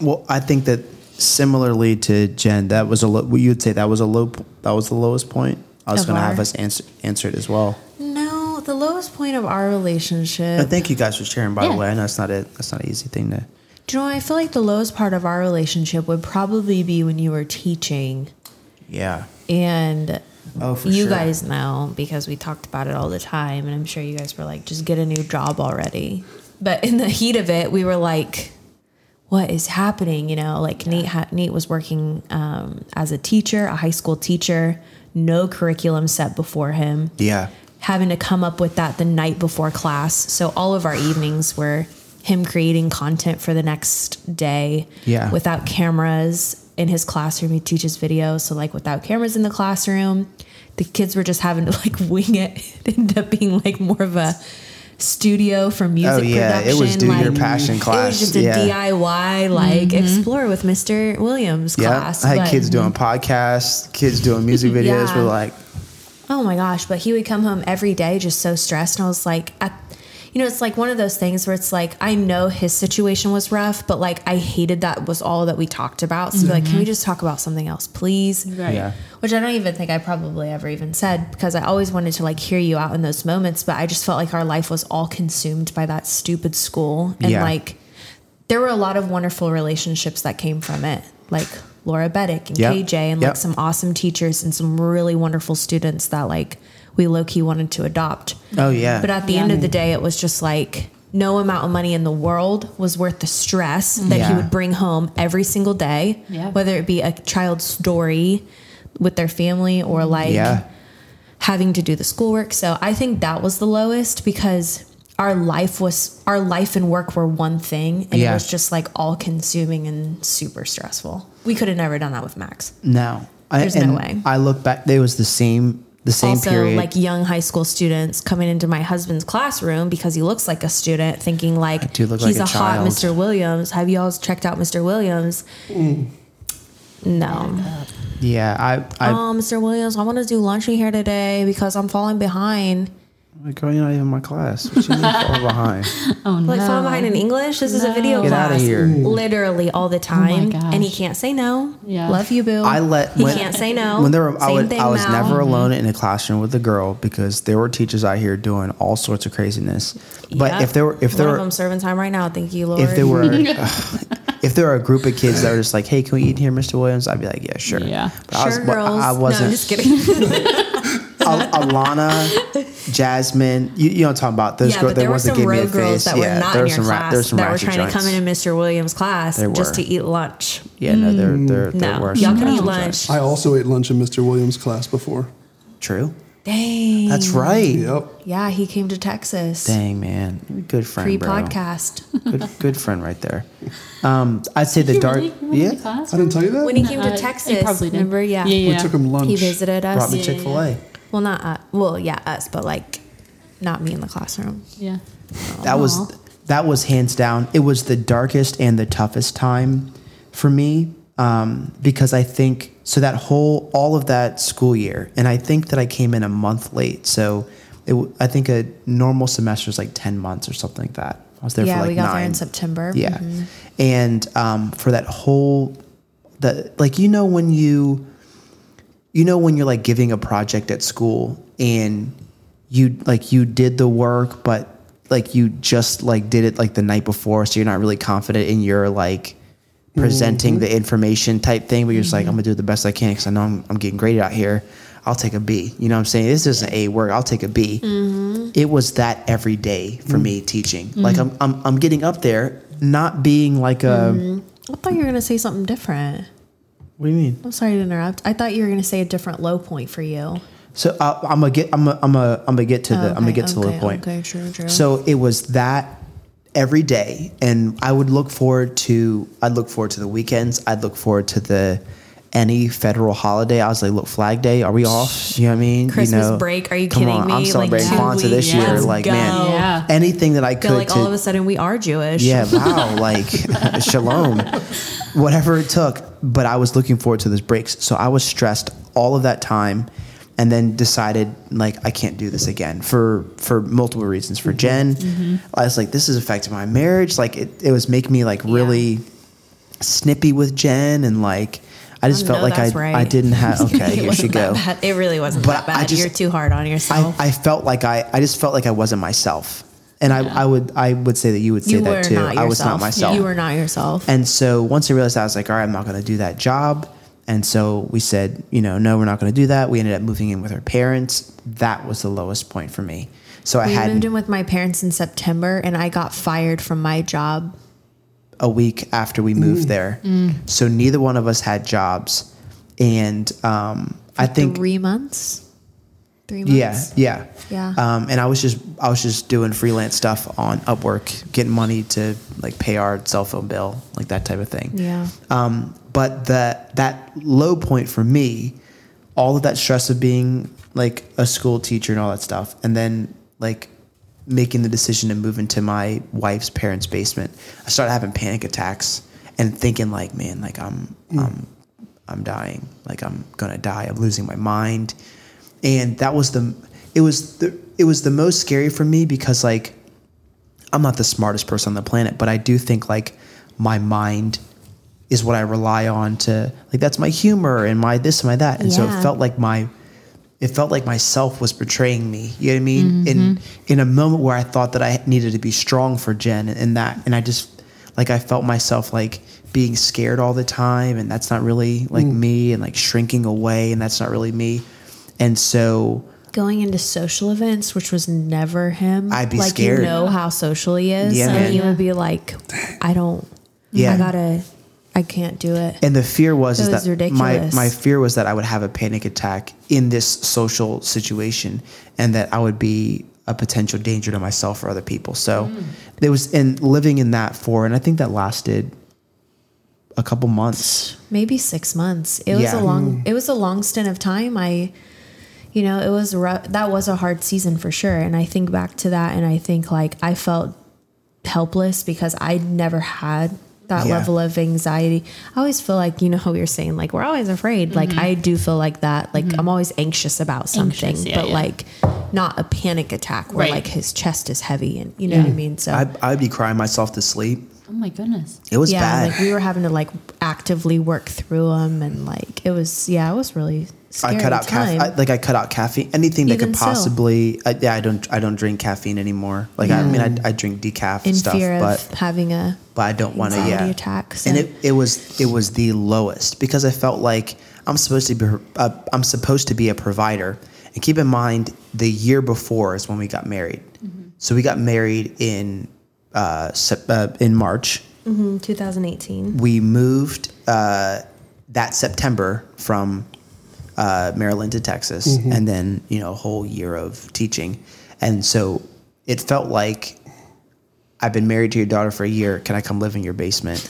Speaker 3: Well, I think that similarly to Jen, that was a low, you'd say that was a low p- that was the lowest point. I was
Speaker 5: Of
Speaker 3: going to
Speaker 5: our-
Speaker 3: have us answer answer it as well.
Speaker 5: No, the lowest point of our
Speaker 3: But
Speaker 5: relationship.
Speaker 3: thank you guys for sharing. By
Speaker 4: Yeah.
Speaker 3: the way, I know it's not a that's not an easy thing to.
Speaker 5: Do you know? I feel like the lowest part of our relationship would probably be when you were teaching
Speaker 3: Yeah.
Speaker 5: and
Speaker 3: Oh, for
Speaker 5: you
Speaker 3: sure.
Speaker 5: guys know because we talked about it all the time and i'm sure you guys were like just get a new job already but in the heat of it we were like what is happening you know like nate ha- nate was working um, as a teacher a high school teacher no curriculum set before him
Speaker 3: Yeah.
Speaker 5: having to come up with that the night before class so all of our evenings were him creating content for the next day
Speaker 3: Yeah.
Speaker 5: without cameras in his classroom. He teaches video, so like without cameras in the classroom, the kids were just having to like *laughs* wing it. It ended up being like more of a studio for music
Speaker 3: Oh yeah,
Speaker 5: production.
Speaker 3: it was do
Speaker 5: like,
Speaker 3: your passion class.
Speaker 5: It was just a
Speaker 3: yeah.
Speaker 5: DIY like explore with Mr. Williams
Speaker 3: Yeah,
Speaker 5: class.
Speaker 3: I had
Speaker 5: but-
Speaker 3: kids doing podcasts, kids doing
Speaker 5: *laughs*
Speaker 3: music videos.
Speaker 5: Yeah.
Speaker 3: We're like,
Speaker 5: Oh my gosh, but he would come home every day just so stressed. And I was like, I, you know, it's like one of those things where it's like, I know his situation was rough, but like, I hated that was all that we talked about. So, like, can we just talk about something else, please?
Speaker 4: Right.
Speaker 3: yeah,
Speaker 5: Which I don't even think I probably ever even said because I always wanted to like hear you out in those moments, but I just felt like our life was all consumed by that stupid school. And
Speaker 3: Yeah.
Speaker 5: like, there were a lot of wonderful relationships that came from it, like Laura Beddick and
Speaker 3: Yep.
Speaker 5: KJ, and
Speaker 3: Yep.
Speaker 5: like some awesome teachers and some really wonderful students that like we low key wanted to adopt.
Speaker 3: oh yeah,
Speaker 5: But at the end of the day, it was just like no amount of money in the world was worth the stress that
Speaker 3: Yeah.
Speaker 5: he would bring home every single day,
Speaker 4: Yeah.
Speaker 5: whether it be a child's story with their family or like
Speaker 3: yeah,
Speaker 5: having to do the schoolwork. So I think that was the lowest because our life was our life and work were one thing and
Speaker 3: Yeah.
Speaker 5: it was just like all consuming and super stressful. We could have never done that with Max.
Speaker 3: no, I,
Speaker 5: There's no
Speaker 3: and
Speaker 5: way.
Speaker 3: I look back, there was the same the same
Speaker 5: also
Speaker 3: period.
Speaker 5: like young high school students coming into my husband's classroom because he looks like a student thinking like
Speaker 3: do look like
Speaker 5: he's
Speaker 3: a
Speaker 5: a, hot
Speaker 3: child.
Speaker 5: mr williams have y'all checked out mr williams no
Speaker 3: yeah, I, I,
Speaker 5: oh mr williams i want to do laundry here today because i'm falling behind
Speaker 3: Like, girl, you're not even in my class. What you mean fall
Speaker 5: *laughs*
Speaker 3: behind?
Speaker 4: Oh,
Speaker 5: like falling behind in english this is a video
Speaker 3: Get
Speaker 5: class
Speaker 3: outta here.
Speaker 5: literally all the time
Speaker 4: Oh gosh.
Speaker 5: and he can't say no
Speaker 4: Yeah.
Speaker 5: love you boo
Speaker 3: I let
Speaker 5: he
Speaker 3: when-
Speaker 5: can't say no
Speaker 3: When there were, I,
Speaker 5: Same
Speaker 3: would,
Speaker 5: thing,
Speaker 3: I was
Speaker 5: Mal.
Speaker 3: never alone in a classroom with a girl because there were teachers out here doing all sorts of craziness. But
Speaker 5: Yep.
Speaker 3: if there were, if
Speaker 5: One
Speaker 3: there
Speaker 5: of
Speaker 3: were,
Speaker 5: them serving time right now thank you lord
Speaker 3: if there were,
Speaker 5: *laughs*
Speaker 3: if there were a group of kids that were just like, "Hey, can we eat here, Mr. Williams?" I'd be like, "Yeah, sure."
Speaker 4: Yeah.
Speaker 3: But I was,
Speaker 5: Sure,
Speaker 3: but I- I
Speaker 5: girls.
Speaker 3: wasn't.
Speaker 5: No, I'm just kidding.
Speaker 3: Al-
Speaker 5: *laughs*
Speaker 3: Alana, Jasmine, you, you know what I'm talking about. Those
Speaker 5: Yeah,
Speaker 3: girl,
Speaker 5: but there were
Speaker 3: ones that
Speaker 5: some
Speaker 3: gave me a
Speaker 5: rogue girls
Speaker 3: face.
Speaker 5: that
Speaker 3: yeah,
Speaker 5: were not in
Speaker 3: there were
Speaker 5: your
Speaker 3: some ra-
Speaker 5: class
Speaker 3: there were some
Speaker 5: that were
Speaker 3: ratchet
Speaker 5: trying to
Speaker 3: joints.
Speaker 5: come into Mr. Williams' class
Speaker 3: There
Speaker 5: just
Speaker 3: were.
Speaker 5: to eat lunch.
Speaker 3: Yeah, no, there, there, there
Speaker 5: Mm, No,
Speaker 3: were
Speaker 5: y'all
Speaker 3: some
Speaker 5: can eat
Speaker 3: ratchet
Speaker 5: lunch.
Speaker 3: joints.
Speaker 6: I also ate lunch in Mr. Williams' class before.
Speaker 3: True.
Speaker 5: Dang.
Speaker 3: That's right.
Speaker 6: Yep.
Speaker 5: yeah, he came to Texas
Speaker 3: Dang, man. Good friend.
Speaker 5: pre
Speaker 3: bro.
Speaker 5: podcast.
Speaker 3: good, good friend right there. Um, I'd say the dark.
Speaker 4: Really? You went to
Speaker 3: Yeah,
Speaker 4: the class?
Speaker 6: I didn't tell you that?
Speaker 5: When he came to
Speaker 4: Uh, you
Speaker 5: Texas,
Speaker 4: probably did.
Speaker 5: remember? Yeah.
Speaker 4: Yeah,
Speaker 6: we
Speaker 4: yeah.
Speaker 6: took him lunch.
Speaker 5: He visited us.
Speaker 3: brought me Chick Fil A.
Speaker 5: Well, not uh, well, yeah, us, but like not me in the classroom.
Speaker 4: yeah.
Speaker 3: That was that was hands down. It was the darkest and the toughest time for me um, because I think so that whole all of that school year, and I think that I came in a month late. So it, w- I think a normal semester is like ten months or something like that. I was there
Speaker 5: yeah,
Speaker 3: for like
Speaker 5: we got
Speaker 3: nine.
Speaker 5: there in September. Mm-hmm.
Speaker 3: Yeah. And um, for that whole, the like you know when you, you know when you're like giving a project at school and you like you did the work but like you just like did it like the night before so you're not really confident in your like presenting the information type thing but you're just like I'm gonna do the best I can because I know I'm, I'm getting graded out here. I'll take a B. You know what I'm saying? This isn't A work. I'll take a B it was that every day for
Speaker 5: Mm.
Speaker 3: me teaching. Like I'm, I'm, I'm getting up there, not being like a
Speaker 5: Mm-hmm. I thought you were gonna say something different.
Speaker 3: What do you mean?
Speaker 5: I'm sorry to interrupt. I thought you were going to say a different low point for you.
Speaker 3: So uh, I'm gonna get. I'm gonna. I'm gonna. I'm gonna get to the. I'm gonna
Speaker 5: Okay,
Speaker 3: get to the low
Speaker 5: okay,
Speaker 3: point.
Speaker 5: okay, true, true.
Speaker 3: So it was that every day, and I would look forward to. I'd look forward to the weekends. I'd look forward to the any federal holiday. I was like, look, Flag Day. Are we off? You know what I mean? You
Speaker 5: Christmas
Speaker 3: know,
Speaker 5: break, are you
Speaker 3: come
Speaker 5: kidding
Speaker 3: on,
Speaker 5: me?
Speaker 3: I'm
Speaker 5: Like,
Speaker 3: celebrating
Speaker 5: two
Speaker 3: Kwanzaa this
Speaker 4: weeks.
Speaker 3: year.
Speaker 4: Let's
Speaker 3: like
Speaker 5: go.
Speaker 3: man,
Speaker 4: Yeah.
Speaker 3: anything that I could
Speaker 5: Feel like
Speaker 3: to
Speaker 5: all of a sudden we are Jewish. *laughs*
Speaker 3: *laughs* yeah, wow, like *laughs* shalom, whatever it took. But I was looking forward to those breaks, so I was stressed all of that time, and then decided like I can't do this again for for multiple reasons.
Speaker 5: Mm-hmm.
Speaker 3: For Jen, I was like, this is affecting my marriage. Like it, it was making me like really snippy with Jen, and like I just
Speaker 5: Oh,
Speaker 3: felt
Speaker 5: no,
Speaker 3: like I
Speaker 5: that's right.
Speaker 3: I
Speaker 5: *laughs*
Speaker 3: didn't have okay.
Speaker 5: it
Speaker 3: here she
Speaker 5: wasn't
Speaker 3: go.
Speaker 5: that bad. It really wasn't
Speaker 3: But
Speaker 5: that
Speaker 3: I
Speaker 5: bad.
Speaker 3: just-
Speaker 5: You're too hard on
Speaker 3: I,
Speaker 5: yourself.
Speaker 3: I felt like I, I just felt like I wasn't myself. And I, I would I would say that you would say
Speaker 5: you were
Speaker 3: that too.
Speaker 5: not yourself.
Speaker 3: I was not myself.
Speaker 5: You were not yourself.
Speaker 3: And so once I realized that, I was like, all right, I'm not going to do that job. And so we said, you know, no, we're not going to do that. We ended up moving in with her parents. That was the lowest point for me. So I
Speaker 5: we
Speaker 3: had
Speaker 5: moved in with my parents in September, and I got fired from my job.
Speaker 3: a week after we
Speaker 5: Mm.
Speaker 3: moved there. So neither one of us had jobs. And um, I think,
Speaker 5: three months. Three months.
Speaker 3: yeah, yeah.
Speaker 5: Yeah.
Speaker 3: Um, and I was just, I was just doing freelance stuff on Upwork, getting money to like pay our cell phone bill, like that type of thing.
Speaker 5: Yeah.
Speaker 3: Um, but the that low point for me, all of that stress of being like a school teacher and all that stuff, and then like making the decision to move into my wife's parents' basement, I started having panic attacks and thinking like, man, like I'm I'm I'm dying, like I'm gonna die, I'm losing my mind, and that was the it was the it was the most scary for me because like I'm not the smartest person on the planet, but I do think like my mind is what I rely on to like that's my humor and my this and my that. And so it
Speaker 5: Yeah.
Speaker 3: felt like my it felt like myself was betraying me. You know what I mean? In in a moment where I thought that I needed to be strong for Jen and, and that and I just like I felt myself like being scared all the time and that's not really like me and like shrinking away and that's not really me. And so
Speaker 5: Going into social events, which was never him.
Speaker 3: I'd be
Speaker 5: like
Speaker 3: scared.
Speaker 5: you know how social he is,
Speaker 3: Yeah,
Speaker 5: and
Speaker 3: man.
Speaker 5: he would be like, "I don't.
Speaker 3: Yeah.
Speaker 5: I gotta. I can't do it."
Speaker 3: And the fear was,
Speaker 5: It
Speaker 3: is
Speaker 5: was
Speaker 3: that
Speaker 5: ridiculous.
Speaker 3: my my fear was that I would have a panic attack in this social situation, and that I would be a potential danger to myself or other people. So
Speaker 5: Mm.
Speaker 3: there was and living in that for, and I think that lasted a couple months.
Speaker 5: maybe six months. It was
Speaker 3: Yeah. Mm.
Speaker 5: a long. It was a long stint of time. I, you know, it was rough. That was a hard season for sure. And I think back to that, and I think like I felt helpless because I never had that
Speaker 3: Yeah.
Speaker 5: level of anxiety. I always feel like you know how we were saying like we're always afraid. Like I do feel like that. Like I'm always anxious about something,
Speaker 4: Mm-hmm. Anxious, yeah,
Speaker 5: but
Speaker 4: yeah.
Speaker 5: like not a panic attack where
Speaker 4: Right.
Speaker 5: like his chest is heavy and you know what I mean. So
Speaker 3: I I'd be crying myself to sleep.
Speaker 4: Oh my goodness.
Speaker 3: It was
Speaker 5: yeah,
Speaker 3: bad.
Speaker 5: like we were having to like actively work through them, and like it was, yeah, it was really scary.
Speaker 3: I cut out
Speaker 5: time.
Speaker 3: caffeine. Like I cut out caffeine. Anything that
Speaker 5: Even
Speaker 3: could
Speaker 5: so.
Speaker 3: possibly. I, yeah, I don't. I don't drink caffeine anymore. Like I mean, I, I drink decaf
Speaker 5: Mm. in
Speaker 3: stuff,
Speaker 5: fear
Speaker 3: but
Speaker 5: of having a
Speaker 3: but I don't want to.
Speaker 5: anxiety
Speaker 3: Yeah,
Speaker 5: attack, so-
Speaker 3: And it, it was it was the lowest because I felt like I'm supposed to be uh, I'm supposed to be a provider. And keep in mind, the year before is when we got married. So we got married in uh, Sep- uh in March.
Speaker 5: 2018.
Speaker 3: We moved uh, that September from uh, Maryland to Texas, and then you know a whole year of teaching, and so it felt like I've been married to your daughter for a year. Can I come live in your basement?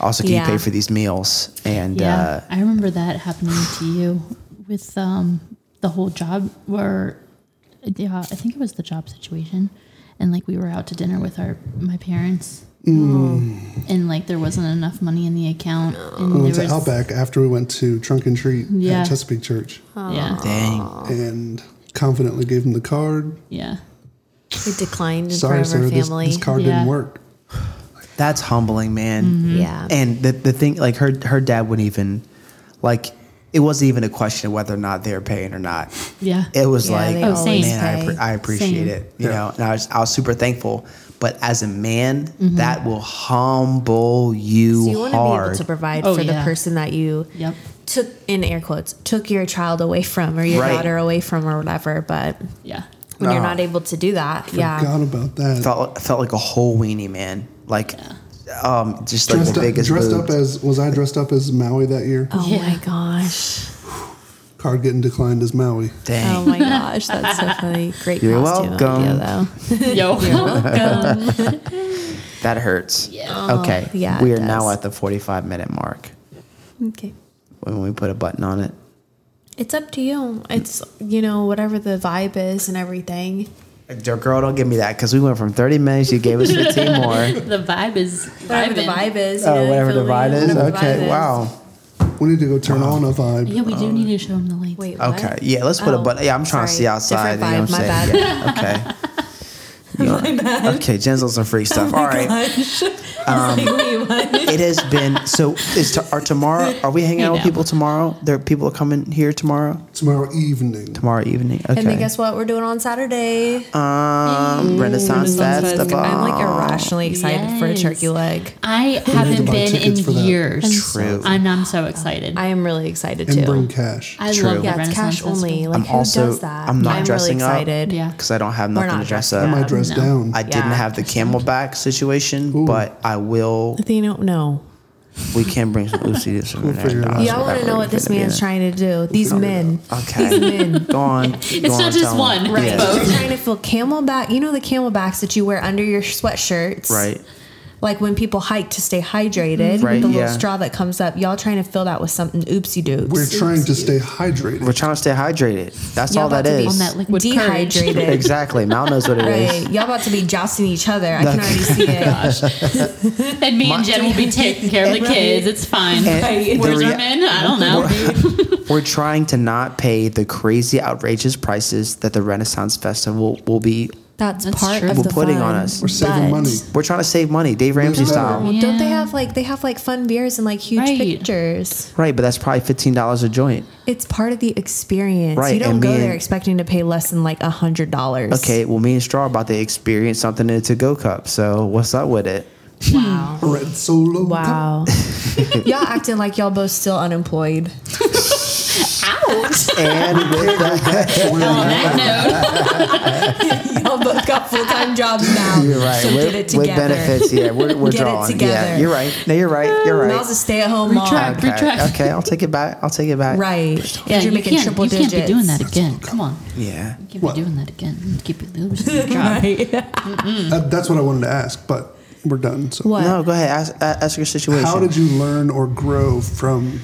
Speaker 3: also, can
Speaker 5: Yeah.
Speaker 3: you pay for these meals? And
Speaker 4: Yeah,
Speaker 3: uh,
Speaker 4: I remember that happening to you with um, the whole job where, yeah, I think it was the job situation, and like we were out to dinner with our my parents, and like there wasn't enough money in the account, and
Speaker 6: We went
Speaker 4: there
Speaker 6: Mm. Oh, to
Speaker 4: was
Speaker 6: Outback after we went to Trunk and Treat
Speaker 4: Yeah.
Speaker 6: at Chesapeake Church
Speaker 4: yeah,
Speaker 3: dang,
Speaker 6: and confidently gave him the card.
Speaker 4: yeah,
Speaker 5: It declined in
Speaker 6: Sorry,
Speaker 5: front of
Speaker 6: sir,
Speaker 5: our
Speaker 6: this,
Speaker 5: family.
Speaker 6: this card
Speaker 4: Yeah.
Speaker 6: didn't work.
Speaker 3: that's humbling, man.
Speaker 5: yeah,
Speaker 3: Mm-hmm. And the the thing, like her her dad wouldn't even like it wasn't even a question of whether or not they were paying or not.
Speaker 4: yeah,
Speaker 3: It was
Speaker 5: Yeah,
Speaker 3: like,
Speaker 5: they
Speaker 4: Oh,
Speaker 3: oh,
Speaker 4: same.
Speaker 3: man, I,
Speaker 5: pay.
Speaker 3: appre- I appreciate
Speaker 4: Same.
Speaker 3: it. You know, and I was, I was super thankful. But as a man, that will humble you,
Speaker 5: so you want to be able
Speaker 3: hard.
Speaker 5: to provide
Speaker 4: Oh,
Speaker 5: for
Speaker 4: yeah.
Speaker 5: the person that you
Speaker 4: Yep.
Speaker 5: took in air quotes took your child away from or your
Speaker 3: Right.
Speaker 5: daughter away from or whatever. But *laughs*
Speaker 4: yeah,
Speaker 5: when
Speaker 3: Oh.
Speaker 5: you're not able to do that, yeah,
Speaker 6: Forgot about that.
Speaker 3: felt felt like a whole weenie, man. Like um, just like
Speaker 6: Dressed,
Speaker 3: the
Speaker 6: up,
Speaker 3: biggest
Speaker 6: dressed up
Speaker 3: boobs.
Speaker 6: as was I dressed up as Maui that year?
Speaker 5: Oh my
Speaker 4: Yeah.
Speaker 5: gosh.
Speaker 6: Card getting declined as Maui.
Speaker 3: Dang.
Speaker 5: Oh my gosh. That's so funny. Great
Speaker 3: You're
Speaker 5: costume
Speaker 3: welcome.
Speaker 5: idea though.
Speaker 4: *laughs*
Speaker 5: *laughs*
Speaker 4: Yo, welcome.
Speaker 3: That hurts.
Speaker 4: Yeah.
Speaker 3: Okay.
Speaker 5: yeah,
Speaker 3: We
Speaker 5: it
Speaker 3: are now
Speaker 5: does.
Speaker 3: at the 45 minute mark
Speaker 5: Okay.
Speaker 3: when we put a button on it.
Speaker 5: It's up to you. It's you know whatever the vibe is and everything.
Speaker 3: Dear Girl, don't give me that because we went from 30 minutes. You gave
Speaker 5: *laughs*
Speaker 3: us 15 more.
Speaker 4: the vibe is
Speaker 5: Whatever the
Speaker 4: vibing.
Speaker 5: vibe is. you know,
Speaker 3: Oh,
Speaker 5: you
Speaker 3: whatever
Speaker 5: feel
Speaker 3: the
Speaker 5: me?
Speaker 3: vibe is.
Speaker 5: Whatever the vibe
Speaker 3: Okay.
Speaker 5: is.
Speaker 3: Wow.
Speaker 6: We need to go turn on a vibe.
Speaker 4: Yeah, we do need to show him the lights.
Speaker 5: Um, Wait. What?
Speaker 3: Okay. Yeah. Let's put a
Speaker 5: Oh,
Speaker 3: button. Yeah. I'm trying to
Speaker 5: sorry.
Speaker 3: see outside.
Speaker 5: Different vibe.
Speaker 3: you know what I'm
Speaker 5: my
Speaker 3: saying?
Speaker 5: bad.
Speaker 3: Yeah.
Speaker 5: *laughs*
Speaker 3: Okay. You know- Okay. Jen's on some
Speaker 5: Oh
Speaker 3: free stuff. All right.
Speaker 5: *laughs*
Speaker 3: Um, it has been so. Is to, are tomorrow? Are we hanging out with
Speaker 4: know.
Speaker 3: people tomorrow? There are people coming here tomorrow.
Speaker 6: Tomorrow evening.
Speaker 3: Tomorrow evening. Okay.
Speaker 5: And then guess what? We're doing on Saturday.
Speaker 3: um, Renaissance, Fest. the
Speaker 5: I'm like
Speaker 3: bomb.
Speaker 5: irrationally excited for a
Speaker 4: Yes.
Speaker 5: turkey leg.
Speaker 4: I
Speaker 6: to
Speaker 4: haven't
Speaker 6: buy
Speaker 4: been in
Speaker 6: tickets for that.
Speaker 4: years.
Speaker 3: True.
Speaker 4: And I'm so excited.
Speaker 5: I am really excited
Speaker 6: and
Speaker 5: too.
Speaker 6: bring cash.
Speaker 4: I
Speaker 3: True.
Speaker 4: love the
Speaker 5: yeah, it's
Speaker 4: Renaissance
Speaker 5: cash
Speaker 4: Festival.
Speaker 5: only. Like
Speaker 3: I'm
Speaker 5: who
Speaker 3: also-
Speaker 5: does that?
Speaker 3: I'm not
Speaker 5: I'm
Speaker 3: dressing
Speaker 5: really
Speaker 3: up.
Speaker 5: excited.
Speaker 4: Yeah.
Speaker 3: because I don't have nothing to
Speaker 5: not
Speaker 3: dress
Speaker 5: dressing
Speaker 3: up.
Speaker 6: I might dress
Speaker 4: no.
Speaker 6: down.
Speaker 3: I didn't
Speaker 5: Yeah.
Speaker 3: have the camelback situation, but I will.
Speaker 5: They don't know.
Speaker 3: We can bring some Lucy to some.
Speaker 6: figure it out.
Speaker 5: Y'all want to know what this man's trying to do? These men.
Speaker 3: Okay,
Speaker 5: Men. *laughs*
Speaker 3: go on.
Speaker 4: It's not just one, right?
Speaker 5: They're
Speaker 3: *laughs*
Speaker 4: Both.
Speaker 5: trying to fill camelback. You know the camelbacks that you wear under your sweatshirts,
Speaker 3: Right.
Speaker 5: Like when people hike to stay hydrated,
Speaker 3: Right,
Speaker 5: the little
Speaker 3: yeah.
Speaker 5: straw that comes up. Y'all trying to fill that with something oopsie
Speaker 6: We're
Speaker 5: doops.
Speaker 6: trying to stay hydrated.
Speaker 3: We're trying to stay hydrated. That's
Speaker 5: Y'all
Speaker 3: all
Speaker 5: about
Speaker 3: that
Speaker 5: to be
Speaker 3: is.
Speaker 4: On that liquid courage.
Speaker 3: *laughs*
Speaker 5: Dehydrated.
Speaker 3: Exactly. Mal knows what it is.
Speaker 5: Right. Y'all about to be jousting each other. I can already see
Speaker 3: *laughs*
Speaker 5: it.
Speaker 4: And me and Jen will be taking care of the kids. It's fine.
Speaker 3: And
Speaker 4: Where's
Speaker 3: the rea-
Speaker 4: our men? I don't know.
Speaker 3: We're trying to not pay the crazy, outrageous prices that the Renaissance Festival will, will be.
Speaker 5: That's,
Speaker 4: That's
Speaker 5: part
Speaker 4: true.
Speaker 5: of
Speaker 4: We're
Speaker 5: the
Speaker 3: putting
Speaker 5: fun,
Speaker 3: on us.
Speaker 6: We're saving
Speaker 5: but- Oh,
Speaker 6: money.
Speaker 3: We're trying to save money, Dave Ramsey
Speaker 6: No.
Speaker 3: style.
Speaker 5: Don't they
Speaker 4: Yeah.
Speaker 5: have like they have like fun beers and like huge
Speaker 4: Right.
Speaker 5: pictures?
Speaker 3: Right, but that's probably fifteen dollars a joint.
Speaker 5: It's part of the experience.
Speaker 3: Right,
Speaker 5: You don't
Speaker 3: and
Speaker 5: go
Speaker 3: me
Speaker 5: there
Speaker 3: and-
Speaker 5: expecting to pay less than like a hundred dollars.
Speaker 3: Okay, well, me and Straw about to experience something in a to-go cup. So what's up with it?
Speaker 4: Hmm.
Speaker 5: Wow.
Speaker 6: Red Solo.
Speaker 5: Wow. *laughs* y'all acting like y'all both still unemployed.
Speaker 3: And with
Speaker 5: *laughs*
Speaker 3: that,
Speaker 5: Y'all both got full time jobs now.
Speaker 3: you're right.
Speaker 5: So
Speaker 3: with,
Speaker 5: get it
Speaker 3: with
Speaker 5: together.
Speaker 3: benefits, yeah, we're,
Speaker 5: *laughs*
Speaker 3: we're
Speaker 5: Get it
Speaker 3: drawing. Yeah,
Speaker 5: together.
Speaker 3: you're right. No, you're right. You're right.
Speaker 5: Mal's a stay at home mom.
Speaker 4: Retract.
Speaker 3: Okay.
Speaker 4: Retract.
Speaker 3: okay, I'll take it back. I'll take it back.
Speaker 5: Right.
Speaker 4: Yeah,
Speaker 5: You're
Speaker 4: you,
Speaker 5: making
Speaker 4: can't,
Speaker 5: triple
Speaker 4: you
Speaker 5: digits.
Speaker 4: can't be doing that again. Come on.
Speaker 3: Yeah.
Speaker 4: You can't
Speaker 6: What?
Speaker 4: be doing that again. Keep it loose. Job.
Speaker 6: Uh, that's what I wanted to ask, but we're done. So,
Speaker 5: What?
Speaker 3: No, go ahead. Ask, a- ask your situation.
Speaker 6: how did you learn or grow from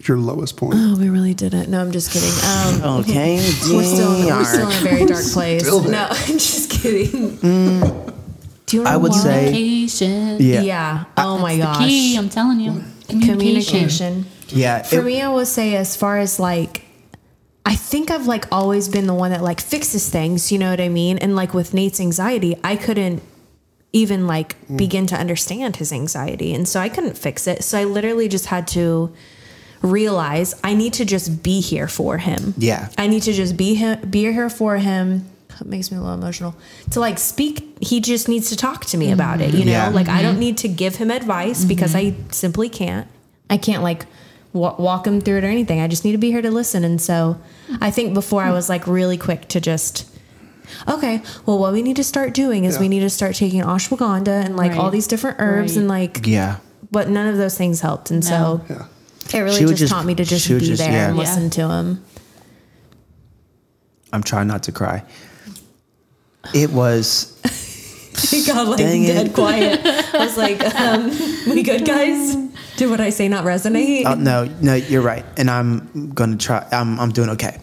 Speaker 6: your lowest point?
Speaker 5: Oh, we really didn't. No, I'm just kidding. Um,
Speaker 3: Okay.
Speaker 5: We're still, in, we're still in a
Speaker 3: dang.
Speaker 5: very dark place.
Speaker 6: still there.
Speaker 5: No, *laughs* I'm just kidding. Do you know
Speaker 3: I would
Speaker 5: why?
Speaker 3: say-
Speaker 4: Communication.
Speaker 3: Yeah.
Speaker 5: yeah. Oh my
Speaker 4: That's the key.
Speaker 5: gosh.
Speaker 4: I'm telling you.
Speaker 5: Communication.
Speaker 3: Yeah.
Speaker 5: For
Speaker 3: it-
Speaker 5: me, I would say as far as like, I think I've like always been the one that like fixes things. You know what I mean? And like with Nate's anxiety, I couldn't even like
Speaker 3: Mm.
Speaker 5: begin to understand his anxiety, and so I couldn't fix it. So I literally just had to realize I need to just be here for him.
Speaker 3: Yeah.
Speaker 5: I need to just be him, be here for him. It makes me a little emotional. To like speak, he just needs to talk to me about it. You know,
Speaker 3: Mm-hmm. Yeah. Mm-hmm.
Speaker 5: like I
Speaker 4: Mm-hmm.
Speaker 5: don't need to give him advice because I simply can't. I can't like wa walk him through it or anything. I just need to be here to listen. And so I think before I was like really quick to just. Okay, well, what we need to start doing is we
Speaker 6: Yeah.
Speaker 5: need to start taking ashwagandha and like all
Speaker 4: Right.
Speaker 5: these different herbs
Speaker 4: Right.
Speaker 5: and like,
Speaker 3: yeah.
Speaker 5: but none of those things helped. And so
Speaker 6: Yeah.
Speaker 5: it really
Speaker 3: She would
Speaker 5: just,
Speaker 3: just-
Speaker 5: taught me to just
Speaker 3: she
Speaker 5: be
Speaker 3: would just-
Speaker 5: there and
Speaker 3: yeah.
Speaker 5: listen
Speaker 4: Yeah.
Speaker 5: to him.
Speaker 3: I'm trying not to cry. It was
Speaker 5: *laughs* It got like
Speaker 3: Dang
Speaker 5: dead
Speaker 3: it.
Speaker 5: quiet. I was
Speaker 3: *laughs*
Speaker 5: like, um, "We good, guys? Did what I say not resonate?" *laughs*
Speaker 3: Oh no, no, you're right, and I'm gonna try. I'm I'm doing okay.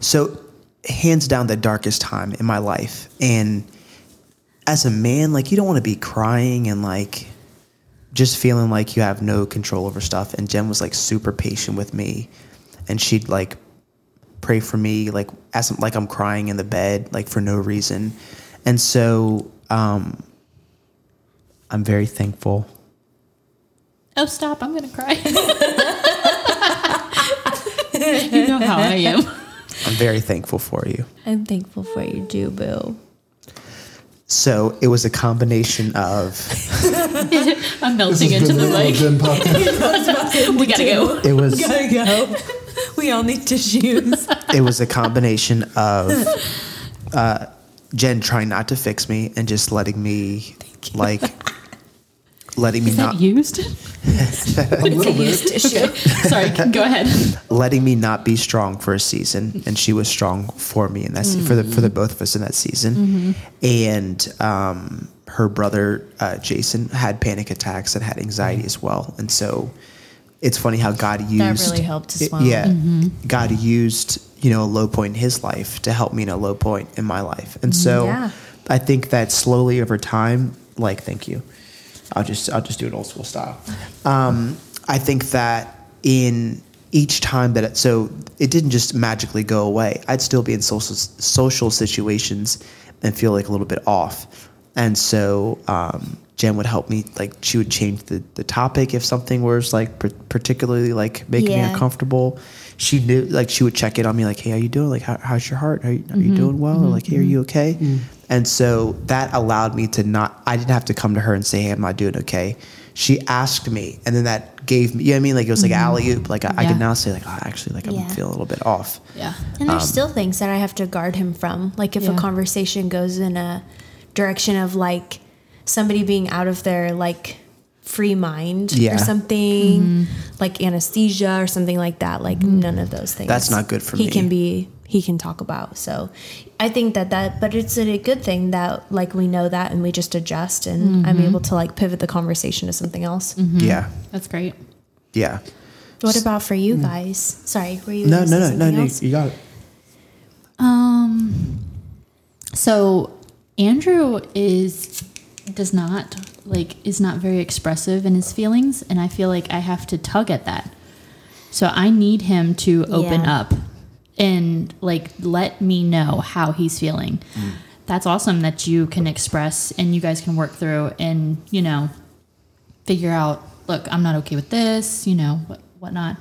Speaker 3: So, hands down, the darkest time in my life, and as a man, like you don't want to be crying and like just feeling like you have no control over stuff. And Jen was like super patient with me, and she'd like pray for me, like as I'm, like I'm crying in the bed, like for no reason. And so, um, I'm very thankful.
Speaker 4: Oh, stop. I'm going to cry. *laughs* you know how I am.
Speaker 3: I'm very thankful for you.
Speaker 5: I'm thankful for you, do boo.
Speaker 3: So it was a combination of
Speaker 4: I'm
Speaker 6: This
Speaker 4: melting
Speaker 6: has
Speaker 4: into
Speaker 6: been
Speaker 4: the
Speaker 6: the Little
Speaker 4: mic.
Speaker 6: Jim
Speaker 4: *laughs*
Speaker 6: podcast.
Speaker 4: We got to go.
Speaker 3: it was
Speaker 5: Gotta go. uh, we all need tissues.
Speaker 3: it was a combination of uh, Jen trying not to fix me and just letting me like letting me
Speaker 4: Is that
Speaker 3: not
Speaker 4: *laughs* used?
Speaker 5: It's a used issue.
Speaker 4: Sorry, go ahead.
Speaker 3: letting me not be strong for a season, and she was strong for me in that se- for the for
Speaker 8: Mm-hmm.
Speaker 3: the both of us in that season. And um, her brother uh, Jason had panic attacks and had anxiety as well, and so it's funny how God used
Speaker 8: really helped as
Speaker 3: it-
Speaker 8: well. Mm-hmm.
Speaker 3: Yeah, God used you know a low point in His life to help me in a low point in my life, and so
Speaker 5: Yeah.
Speaker 3: I think that slowly over time, like thank you. I'll just I'll just do it old school style. Um, I think that in each time that it, so it didn't just magically go away. I'd still be in social social situations and feel like a little bit off, and so um, Jen would help me like she would change the, the topic if something was like par- particularly like making me
Speaker 8: Yeah.
Speaker 3: uncomfortable. She knew like she would check in on me like hey how you doing like how, how's your heart are you, are you doing well or like hey, are you okay and so that allowed me to not I didn't have to come to her and say hey I'm not doing okay. She asked me, and then that gave me. You know what I mean? Like it was like alley oop. Like I, I
Speaker 4: Yeah.
Speaker 3: can now say like, oh, actually, like I'm
Speaker 8: Yeah.
Speaker 3: feeling a little bit off.
Speaker 4: Yeah.
Speaker 8: And
Speaker 3: Um,
Speaker 8: there's still things that I have to guard him from. Like if
Speaker 4: Yeah.
Speaker 8: a conversation goes in a direction of like somebody being out of their like free mind
Speaker 3: Yeah.
Speaker 8: or something,
Speaker 5: Mm-hmm.
Speaker 8: like anesthesia or something like that. Like none of those things.
Speaker 3: That's not good for
Speaker 8: he
Speaker 3: me.
Speaker 8: can be he can talk about. So I think that that but it's a good thing that like we know that and we just adjust and I'm
Speaker 5: Mm-hmm.
Speaker 8: able to like pivot the conversation to something else.
Speaker 5: Mm.
Speaker 3: Yeah,
Speaker 4: That's great.
Speaker 3: yeah.
Speaker 8: What about for you guys? Sorry, were you
Speaker 3: Mm. No,
Speaker 8: gonna
Speaker 3: no,
Speaker 8: say
Speaker 3: no, no,
Speaker 8: something
Speaker 3: no.
Speaker 8: else?
Speaker 3: You got it.
Speaker 4: Um, so Andrew is does not like is not very expressive in his feelings, and I feel like I have to tug at that. So I need him to open
Speaker 8: Yeah.
Speaker 4: up and like let me know how he's feeling. That's awesome that you can express and you guys can work through and you know figure out. Look, I'm not okay with this. You know what whatnot.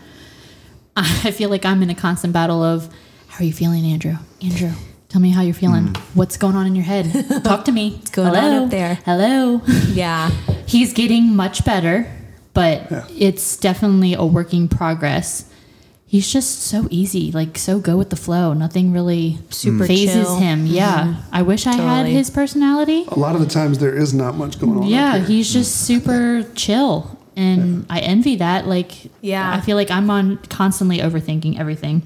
Speaker 4: *laughs* I feel like I'm in a constant battle of how are you feeling, Andrew? Andrew, tell me how you're feeling. What's going on in your
Speaker 5: *laughs*
Speaker 4: head? Talk to me. What's
Speaker 5: Hmm. going on up there?
Speaker 4: Hello.
Speaker 5: *laughs*
Speaker 4: *laughs*
Speaker 5: Yeah.
Speaker 4: He's getting much better, but it's definitely a working progress. He's just so easy, like so go with the flow. Nothing really
Speaker 5: Hmm. Super
Speaker 4: phases
Speaker 5: chill. Mm-hmm.
Speaker 4: him. Yeah. I wish I had
Speaker 5: Totally.
Speaker 4: his personality.
Speaker 6: A lot of the times there is not much going on. up
Speaker 4: Yeah,
Speaker 6: here.
Speaker 4: he's just super chill, and I envy that. Like,
Speaker 5: Yeah.
Speaker 4: I feel like I'm on constantly overthinking everything,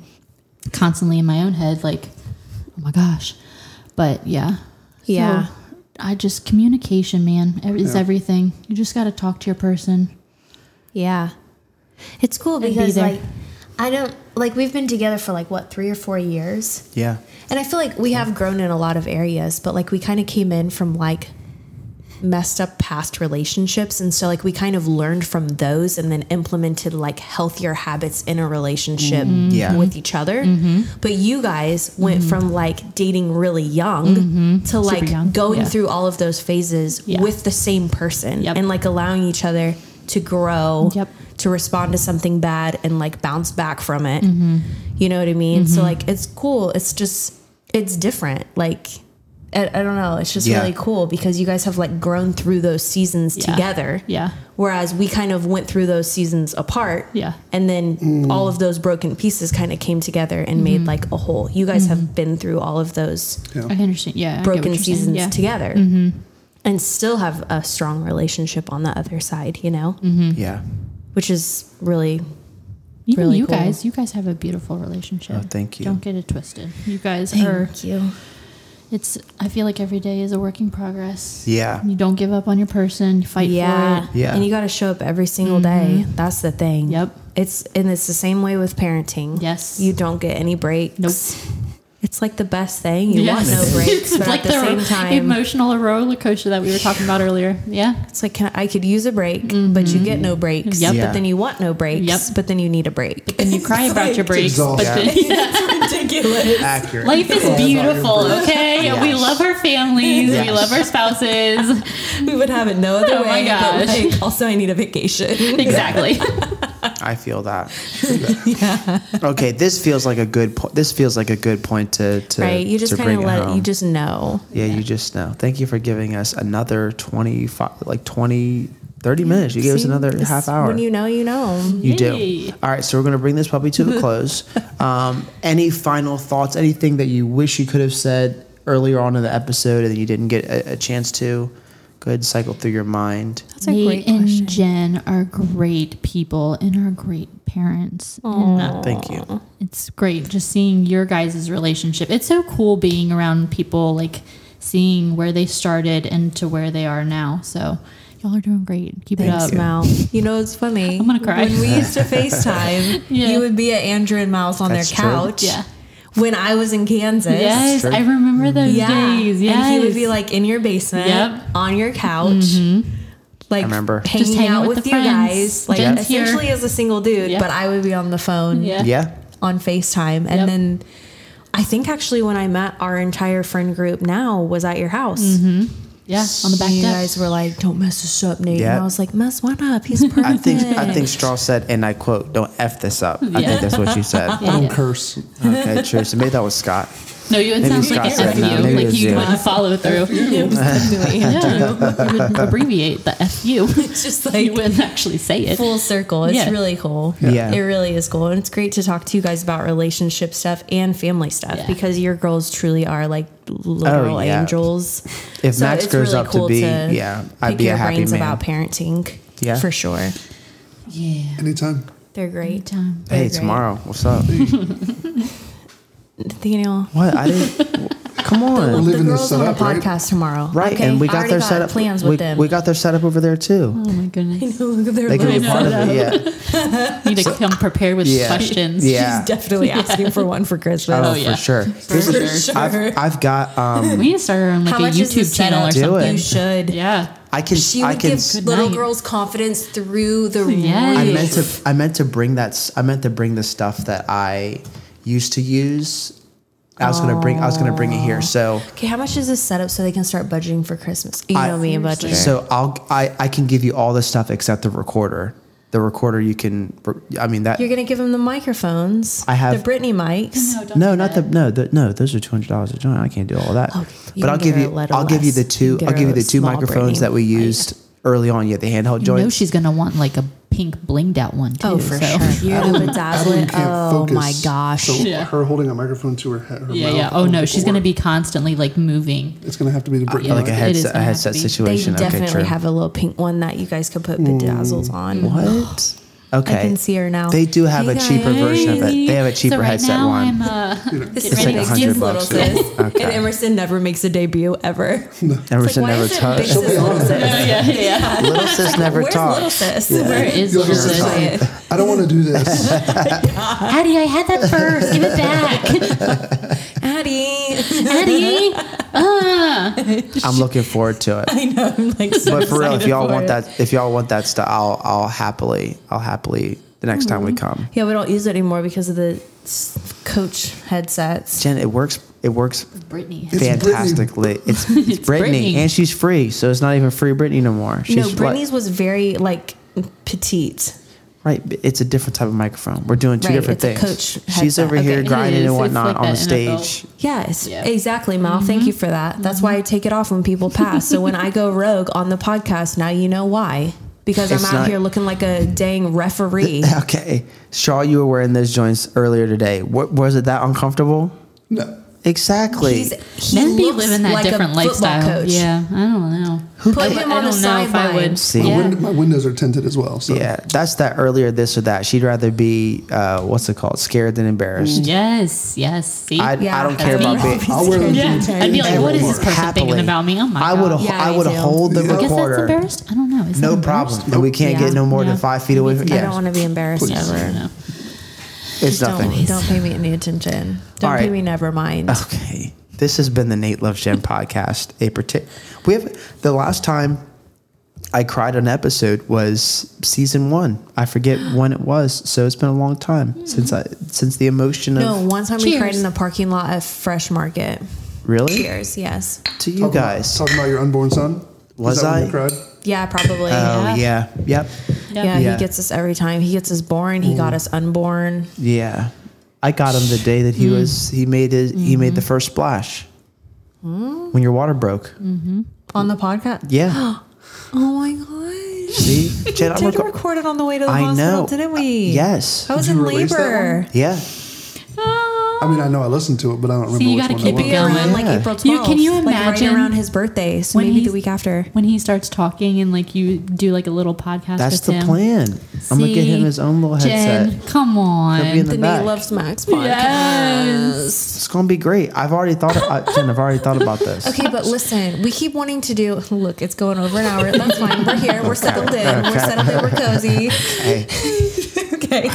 Speaker 4: constantly in my own head. Like, oh my gosh, but yeah,
Speaker 5: Yeah.
Speaker 4: So, I just communication, man, ev- is everything. You just got to talk to your person.
Speaker 8: Yeah. It's cool
Speaker 4: be
Speaker 8: because
Speaker 4: there.
Speaker 8: like I don't like we've been together for like what, 3 or 4 years.
Speaker 3: Yeah,
Speaker 8: And I feel like we have grown in a lot of areas, but like we kind of came in from like
Speaker 5: messed up past relationships and so like we kind of learned from those and then implemented like healthier habits in a relationship
Speaker 4: Mm-hmm.
Speaker 3: Yeah.
Speaker 5: with each other but you guys went from like dating really young to like
Speaker 4: Mm-hmm. young,
Speaker 5: going
Speaker 4: yeah.
Speaker 5: through all of those phases
Speaker 4: Yeah.
Speaker 5: with the same person
Speaker 4: Yep.
Speaker 5: and like allowing each other to grow
Speaker 4: Yep.
Speaker 5: to respond to something bad and like bounce back from it
Speaker 4: Mm-hmm.
Speaker 5: you know what i mean so like it's cool it's just it's different like I, I don't know. It's just
Speaker 3: Yeah.
Speaker 5: really cool because you guys have like grown through those seasons
Speaker 4: Yeah.
Speaker 5: together.
Speaker 4: Yeah.
Speaker 5: Whereas we kind of went through those seasons apart.
Speaker 4: Yeah.
Speaker 5: And then all of those broken pieces kind of came together and
Speaker 4: Mm-hmm.
Speaker 5: made like a whole. You guys have been through all of those
Speaker 4: I can understand. Yeah, Mm-hmm. I get what
Speaker 5: broken
Speaker 4: you're saying.
Speaker 5: seasons
Speaker 4: Yeah. Mm-hmm.
Speaker 5: together and still have a strong relationship on the other side, you know?
Speaker 4: Mm-hmm.
Speaker 3: yeah.
Speaker 5: Which is really,
Speaker 4: Even
Speaker 5: really
Speaker 4: you
Speaker 5: cool.
Speaker 4: guys, you guys have a beautiful relationship.
Speaker 3: Oh, thank you.
Speaker 4: Don't get it twisted. You guys are.
Speaker 8: thank you.
Speaker 4: It's. I feel like every day is a work in progress.
Speaker 3: Yeah.
Speaker 4: You don't give up on your person. You fight
Speaker 5: yeah.
Speaker 4: for it.
Speaker 3: Yeah.
Speaker 5: And you got to show up every single day. That's the thing.
Speaker 4: Mm-hmm. Yep.
Speaker 5: It's, and it's the same way with parenting.
Speaker 4: Yes.
Speaker 5: You don't get any breaks.
Speaker 4: Nope.
Speaker 5: It's like the best thing. You
Speaker 4: Yes.
Speaker 5: want
Speaker 4: *laughs*
Speaker 5: no breaks, but at the, same time,
Speaker 4: emotional roller coaster that we were talking about earlier. Yeah.
Speaker 5: it's like can I, I could use a break, but you get no breaks.
Speaker 4: Mm-hmm. Yep.
Speaker 3: Yeah.
Speaker 5: But then you want no breaks.
Speaker 4: Yep.
Speaker 5: But then you need a break.
Speaker 4: *laughs* And you cry about your breaks, but
Speaker 6: exhausting.
Speaker 4: then-
Speaker 5: Ridiculous.
Speaker 3: Accurate.
Speaker 4: life is beautiful. Okay, we
Speaker 3: Yes.
Speaker 4: love our families, we love our spouses.
Speaker 5: *laughs* *laughs* we would have it no other
Speaker 4: Oh my
Speaker 5: way. but,
Speaker 4: gosh.
Speaker 5: like, also, I need a vacation.
Speaker 4: *laughs* exactly.
Speaker 3: *laughs* I feel that. Okay, this feels like a good. Po- this feels like a good point to
Speaker 5: *laughs*
Speaker 3: to
Speaker 5: right? You
Speaker 3: to
Speaker 5: just kind
Speaker 3: bring
Speaker 5: of let it.
Speaker 3: home.
Speaker 5: You just know.
Speaker 3: Yeah, you just know. Thank you for giving us another 25, like 20, 30 minutes. You gave us
Speaker 5: See,
Speaker 3: another
Speaker 5: it's-
Speaker 3: half hour.
Speaker 5: When you know, you know.
Speaker 3: You
Speaker 4: Yay.
Speaker 3: do. All right, so we're going to bring this puppy to a close. um, any final thoughts, anything that you wish you could have said earlier on in the episode and you didn't get a, a chance to? Go ahead and cycle through your mind.
Speaker 8: That's a
Speaker 4: Nate
Speaker 8: great
Speaker 4: and
Speaker 8: question.
Speaker 4: Jen are great people and are great parents. And uh,
Speaker 3: Thank you.
Speaker 4: it's great just seeing your guys' relationship. It's so cool being around people, like seeing where they started and to where they are now. So y'all are doing great. Keep it up.
Speaker 5: Mal. You know, it's funny.
Speaker 4: *laughs* I'm gonna cry.
Speaker 5: When we
Speaker 3: *laughs*
Speaker 5: used to FaceTime,
Speaker 4: Yeah.
Speaker 5: you would be at Andrew and Miles on
Speaker 3: That's
Speaker 5: their
Speaker 3: true.
Speaker 5: couch.
Speaker 4: Yeah.
Speaker 5: When I was in Kansas.
Speaker 4: Yes,
Speaker 3: Sure.
Speaker 4: I remember those
Speaker 5: Yeah.
Speaker 4: days. Yes.
Speaker 5: And he would be like in your basement,
Speaker 4: Yep. Mm-hmm.
Speaker 5: on your couch. Like
Speaker 3: remember.
Speaker 5: hanging
Speaker 4: Just hanging
Speaker 5: out
Speaker 4: with
Speaker 5: with,
Speaker 4: the
Speaker 5: you
Speaker 4: friends.
Speaker 5: guys, like
Speaker 4: Jen's here.
Speaker 5: essentially as a single dude,
Speaker 4: Yeah.
Speaker 5: but I would be on the phone
Speaker 4: yeah.
Speaker 3: Yeah.
Speaker 5: on FaceTime. And
Speaker 4: Yep.
Speaker 5: then I think actually when I met our entire friend group now was at your house.
Speaker 4: Mm-hmm. Yeah, on the back
Speaker 5: You
Speaker 4: deck.
Speaker 5: guys were like, don't mess this up, Nate.
Speaker 3: Yeah.
Speaker 5: And I was like, mess what up? He's perfect.
Speaker 3: *laughs* I think I think Straw said, and I quote, "Don't f this up." I
Speaker 4: Yeah.
Speaker 3: think that's what you said.
Speaker 4: Yeah, yeah.
Speaker 6: Curse.
Speaker 3: Okay, true. So maybe that was Scott.
Speaker 4: No, you, it
Speaker 3: Maybe
Speaker 4: sounds like
Speaker 3: Scott's
Speaker 4: an
Speaker 3: right
Speaker 4: F
Speaker 3: now. Maybe
Speaker 4: you.
Speaker 3: it
Speaker 4: Like
Speaker 3: was
Speaker 4: you
Speaker 3: you.
Speaker 4: want to folfollow *laughs* through.
Speaker 5: *laughs*
Speaker 4: Yeah, you would abbreviate the *laughs* FU. *laughs* It's
Speaker 5: just
Speaker 4: you
Speaker 5: like-
Speaker 4: wouldn't actually say it.
Speaker 5: full circle. It's
Speaker 4: Yeah.
Speaker 5: really cool.
Speaker 3: Yeah.
Speaker 5: It really is cool. And it's great to talk to you guys about relationship stuff and family stuff
Speaker 4: Yeah.
Speaker 5: because your girls truly are like literal
Speaker 3: Oh, yeah.
Speaker 5: angels.
Speaker 3: If Max
Speaker 5: it's
Speaker 3: grows up to be- yeah, I'd
Speaker 5: pick
Speaker 3: be a
Speaker 5: your
Speaker 3: happy
Speaker 5: brains
Speaker 3: man.
Speaker 5: about parenting.
Speaker 3: Yeah.
Speaker 5: For sure.
Speaker 4: Yeah.
Speaker 6: Anytime.
Speaker 5: They're great.
Speaker 4: Time.
Speaker 5: Very
Speaker 3: Hey,
Speaker 5: great.
Speaker 3: tomorrow, what's up?
Speaker 5: Nathaniel.
Speaker 3: what
Speaker 5: *laughs*
Speaker 3: I didn't. Come
Speaker 5: The,
Speaker 3: on.
Speaker 6: We're living
Speaker 5: the
Speaker 6: this
Speaker 5: girls on the
Speaker 6: setup, right?
Speaker 5: podcast tomorrow.
Speaker 3: Right,
Speaker 5: okay?
Speaker 3: and we
Speaker 5: I
Speaker 3: got
Speaker 5: already
Speaker 3: their setup.
Speaker 5: plans
Speaker 3: we,
Speaker 5: with them.
Speaker 6: *laughs*
Speaker 3: we got their setup over there too.
Speaker 4: Oh my
Speaker 5: *laughs*
Speaker 4: goodness.
Speaker 5: They're
Speaker 3: They can be
Speaker 5: literally-
Speaker 3: part of it. Yeah.
Speaker 4: Need to come prepared with
Speaker 3: Yeah.
Speaker 4: questions.
Speaker 5: *laughs*
Speaker 3: Yeah.
Speaker 5: She's definitely asking for one for Christmas.
Speaker 3: Oh,
Speaker 4: Oh, yeah.
Speaker 3: for sure. This is-
Speaker 5: sure.
Speaker 3: I've, I've got. Um,
Speaker 4: We need to start our own like
Speaker 5: How
Speaker 4: a
Speaker 5: much is the
Speaker 4: YouTube channel or
Speaker 5: setup?
Speaker 3: Do
Speaker 5: You
Speaker 3: it.
Speaker 4: something.
Speaker 5: should.
Speaker 4: Yeah.
Speaker 3: I can.
Speaker 5: She
Speaker 3: I
Speaker 5: would
Speaker 3: can.
Speaker 5: give
Speaker 4: Good
Speaker 5: little
Speaker 4: night.
Speaker 5: girls confidence through the
Speaker 4: Yes.
Speaker 3: I
Speaker 5: roof.
Speaker 3: meant to. I meant to bring that. s- I meant to bring the stuff that I used to use. I was gonna bring. I was gonna bring it here. So.
Speaker 5: Okay, how much is this set up so they can start budgeting for Christmas? You
Speaker 3: I-
Speaker 5: know me and budgeting.
Speaker 3: So I'll. I, I can give you all the stuff except the recorder. The recorder you can. I mean that.
Speaker 5: You're gonna give them the microphones.
Speaker 3: I have-
Speaker 5: the Britney mics.
Speaker 4: don't
Speaker 3: no,
Speaker 4: do
Speaker 3: not the no, the, no. Those are two hundred dollars a joint. I can't do all that.
Speaker 5: Okay, Oh, you
Speaker 3: but
Speaker 5: can
Speaker 3: I'll
Speaker 5: get
Speaker 3: give
Speaker 5: her
Speaker 3: you.
Speaker 5: a little
Speaker 3: I'll give you
Speaker 5: less.
Speaker 3: the two.
Speaker 5: You can
Speaker 3: I'll
Speaker 5: get
Speaker 3: give
Speaker 5: her
Speaker 3: you
Speaker 5: a
Speaker 3: the two
Speaker 5: small
Speaker 3: microphones
Speaker 5: Britney
Speaker 3: that we used early on. Yeah, the handheld
Speaker 4: You know
Speaker 3: joints.
Speaker 4: she's gonna want like a pink blinged out one too.
Speaker 5: Oh, for
Speaker 4: so.
Speaker 5: sure. You're the
Speaker 6: Adeline
Speaker 5: bedazzling.
Speaker 6: can't
Speaker 5: Oh
Speaker 6: focus.
Speaker 5: my gosh.
Speaker 6: So
Speaker 4: Yeah.
Speaker 6: her holding a microphone to her, he-
Speaker 4: *laughs*
Speaker 6: her
Speaker 4: Yeah,
Speaker 6: mouth.
Speaker 4: yeah. Oh no, she's
Speaker 6: or-
Speaker 4: gonna be constantly like moving.
Speaker 6: It's gonna have to be the Britney.
Speaker 4: yeah.
Speaker 3: like a
Speaker 4: It is
Speaker 3: headset. A
Speaker 4: gonna have to
Speaker 3: headset
Speaker 4: be.
Speaker 5: They
Speaker 3: situation. okay,
Speaker 5: definitely
Speaker 3: true.
Speaker 5: have a little pink one that you guys could put bedazzles on.
Speaker 3: What?
Speaker 5: I
Speaker 3: Okay.
Speaker 5: can see her now.
Speaker 3: They do have
Speaker 5: Hey,
Speaker 3: a cheaper
Speaker 5: guys.
Speaker 3: version of it. They have a cheaper
Speaker 4: so right
Speaker 3: headset
Speaker 4: now
Speaker 3: one.
Speaker 4: I'm uh,
Speaker 5: This
Speaker 3: It's like
Speaker 5: Britney
Speaker 3: a
Speaker 5: Spears'
Speaker 3: hundred
Speaker 5: little
Speaker 3: bucks.
Speaker 5: sis.
Speaker 3: Okay.
Speaker 5: And Emerson never makes a debut ever.
Speaker 3: Never
Speaker 5: Like,
Speaker 3: said
Speaker 5: why
Speaker 3: never
Speaker 5: is it big sis,
Speaker 3: talks.
Speaker 5: little sis?
Speaker 4: yeah, yeah.
Speaker 3: Little sis never
Speaker 5: Where's little
Speaker 3: talks.
Speaker 5: sis? Where is
Speaker 4: Is
Speaker 6: You'll
Speaker 4: little
Speaker 6: hear her
Speaker 4: sis. *laughs*
Speaker 6: talk. I don't want to do this.
Speaker 4: Addie, I had that first. Give it
Speaker 3: *laughs*
Speaker 4: back,
Speaker 5: Addie?
Speaker 4: Addie. Ah.
Speaker 3: I'm looking forward to it.
Speaker 5: *laughs* I know. I'm like so
Speaker 3: But for real, if
Speaker 5: excited
Speaker 3: y'all
Speaker 5: for
Speaker 3: want
Speaker 5: it.
Speaker 3: that, if y'all want that stuff, I'll I'll happily, I'll happily the next time we come.
Speaker 5: Yeah, we don't use it anymore because of the s- coach headsets.
Speaker 3: Jen, it works. It works
Speaker 4: Brittany.
Speaker 6: It's Britney.
Speaker 3: fantastically. It's, it's Brittany,
Speaker 4: Brittany.
Speaker 3: and she's free, so it's not even free Brittany no more. She's
Speaker 5: no,
Speaker 3: what-
Speaker 5: Britney's was very like petite.
Speaker 3: Right, but it's a different type of microphone. We're doing two
Speaker 5: Right,
Speaker 3: different
Speaker 5: it's a
Speaker 3: things.
Speaker 5: coach
Speaker 3: She's
Speaker 5: headset.
Speaker 3: over here
Speaker 4: Okay.
Speaker 3: grinding
Speaker 4: It is.
Speaker 3: and
Speaker 4: It's
Speaker 3: whatnot
Speaker 4: like
Speaker 3: on the
Speaker 4: that NFL.
Speaker 3: stage. *laughs*
Speaker 5: Yes,
Speaker 4: Yeah.
Speaker 5: exactly, Mal.
Speaker 4: Mm-hmm.
Speaker 5: Thank you for that. That's why I take it off when people pass. so when I
Speaker 4: *laughs*
Speaker 5: go rogue on the podcast, now you know why. Because
Speaker 3: It's
Speaker 5: I'm out
Speaker 3: not-
Speaker 5: here looking like a dang
Speaker 3: *laughs*
Speaker 5: referee.
Speaker 3: Okay, Shaw, you were wearing those joints earlier today. What was it that uncomfortable?
Speaker 6: No.
Speaker 3: Exactly.
Speaker 5: He's, he
Speaker 4: Men be
Speaker 5: looks
Speaker 4: living that
Speaker 5: like
Speaker 4: different
Speaker 5: a football
Speaker 4: lifestyle.
Speaker 5: coach.
Speaker 4: Yeah, I don't know.
Speaker 5: Put him on the sideline.
Speaker 3: See?
Speaker 4: Yeah.
Speaker 6: Wind, my windows are tinted as well. So
Speaker 3: yeah, that's that earlier this or that. She'd rather be uh, what's it called, scared than
Speaker 4: Mm-hmm.
Speaker 3: embarrassed.
Speaker 4: Yes, yes. See,
Speaker 3: I,
Speaker 5: Yeah,
Speaker 3: I don't
Speaker 5: that's
Speaker 3: care
Speaker 5: what
Speaker 3: about
Speaker 5: he always
Speaker 3: being.
Speaker 6: I'll wear them.
Speaker 4: yeah.
Speaker 6: to the
Speaker 4: I'd be like, what is this
Speaker 6: airport.
Speaker 4: person thinking
Speaker 3: Happily.
Speaker 4: about me? Oh my
Speaker 3: I would.
Speaker 4: god.
Speaker 5: Yeah,
Speaker 3: I
Speaker 5: me
Speaker 3: would
Speaker 5: too.
Speaker 3: hold the
Speaker 6: I
Speaker 4: I guess that's
Speaker 3: recorder.
Speaker 4: embarrassed. I don't know. Is
Speaker 3: No
Speaker 4: that
Speaker 3: problem.
Speaker 4: embarrassed?
Speaker 3: And we can't get
Speaker 5: Yeah.
Speaker 3: no more
Speaker 4: No.
Speaker 3: than five feet away from.
Speaker 5: I don't
Speaker 3: Yeah,
Speaker 5: want to be embarrassed
Speaker 4: I
Speaker 5: ever.
Speaker 4: don't know.
Speaker 3: it's nothing.
Speaker 5: Don't, don't pay me any attention. Don't
Speaker 3: All right.
Speaker 5: pay me never mind.
Speaker 3: Okay. This has been the Nate Loves Jen podcast. A partic- we have the last time I cried on an episode was season one. I forget when it was, so it's been a long time since I since the emotion
Speaker 5: Hmm. No,
Speaker 3: of
Speaker 5: one time we cried
Speaker 4: Cheers.
Speaker 5: in the parking lot at Fresh Market.
Speaker 3: really
Speaker 5: Cheers, yes.
Speaker 3: to you
Speaker 6: Talking about-
Speaker 3: guys.
Speaker 6: talking about your unborn son. Is
Speaker 3: Was
Speaker 6: that when
Speaker 3: I?
Speaker 6: you cried?
Speaker 5: Yeah, probably.
Speaker 3: Oh yeah, yep,
Speaker 5: yeah,
Speaker 3: Yeah. Mm.
Speaker 5: he gets us every time. He gets us born. He got us unborn.
Speaker 3: yeah. I got him the day that
Speaker 5: Hmm.
Speaker 3: he was he made his he made the first splash
Speaker 5: Hmm?
Speaker 3: when your water broke.
Speaker 5: On the podcast? *gasps*
Speaker 3: Yeah,
Speaker 5: Oh my gosh.
Speaker 3: see, Jen, I'm
Speaker 5: Did we
Speaker 3: reco-
Speaker 5: record it on the way to the
Speaker 3: I
Speaker 5: hospital,
Speaker 3: know. Uh,
Speaker 5: didn't we?
Speaker 3: Yes,
Speaker 5: I was
Speaker 6: Did you
Speaker 5: in
Speaker 6: release that
Speaker 5: labor.
Speaker 3: yeah.
Speaker 6: I mean, I know I listened to it, but I don't remember
Speaker 4: See, you
Speaker 6: which
Speaker 4: gotta
Speaker 6: one
Speaker 4: keep
Speaker 6: it
Speaker 4: it
Speaker 6: was.
Speaker 5: Be around
Speaker 4: Going.
Speaker 5: like
Speaker 3: Yeah.
Speaker 5: April 12th.
Speaker 4: You- can you
Speaker 5: Like
Speaker 4: imagine
Speaker 5: right around his birthday, so
Speaker 4: when
Speaker 5: maybe the
Speaker 4: he's-
Speaker 5: week after.
Speaker 4: when he starts talking and like you do like a little podcast.
Speaker 3: That's
Speaker 4: with
Speaker 3: the
Speaker 4: him.
Speaker 3: plan. I'm gonna get
Speaker 4: See?
Speaker 3: him his own little
Speaker 4: Jen,
Speaker 3: headset.
Speaker 4: come
Speaker 3: He'll be in
Speaker 4: on.
Speaker 3: the
Speaker 5: The
Speaker 3: back.
Speaker 5: Knee Loves *laughs* Max podcast.
Speaker 3: it's gonna be great. I've already thought. I, Jen, I've already thought about this.
Speaker 5: Okay, but listen, we keep wanting to do. Look, it's going over an hour. That's fine. We're here. We're settled in. We're settled in. We're cozy.
Speaker 3: Hey,
Speaker 5: *laughs* Okay.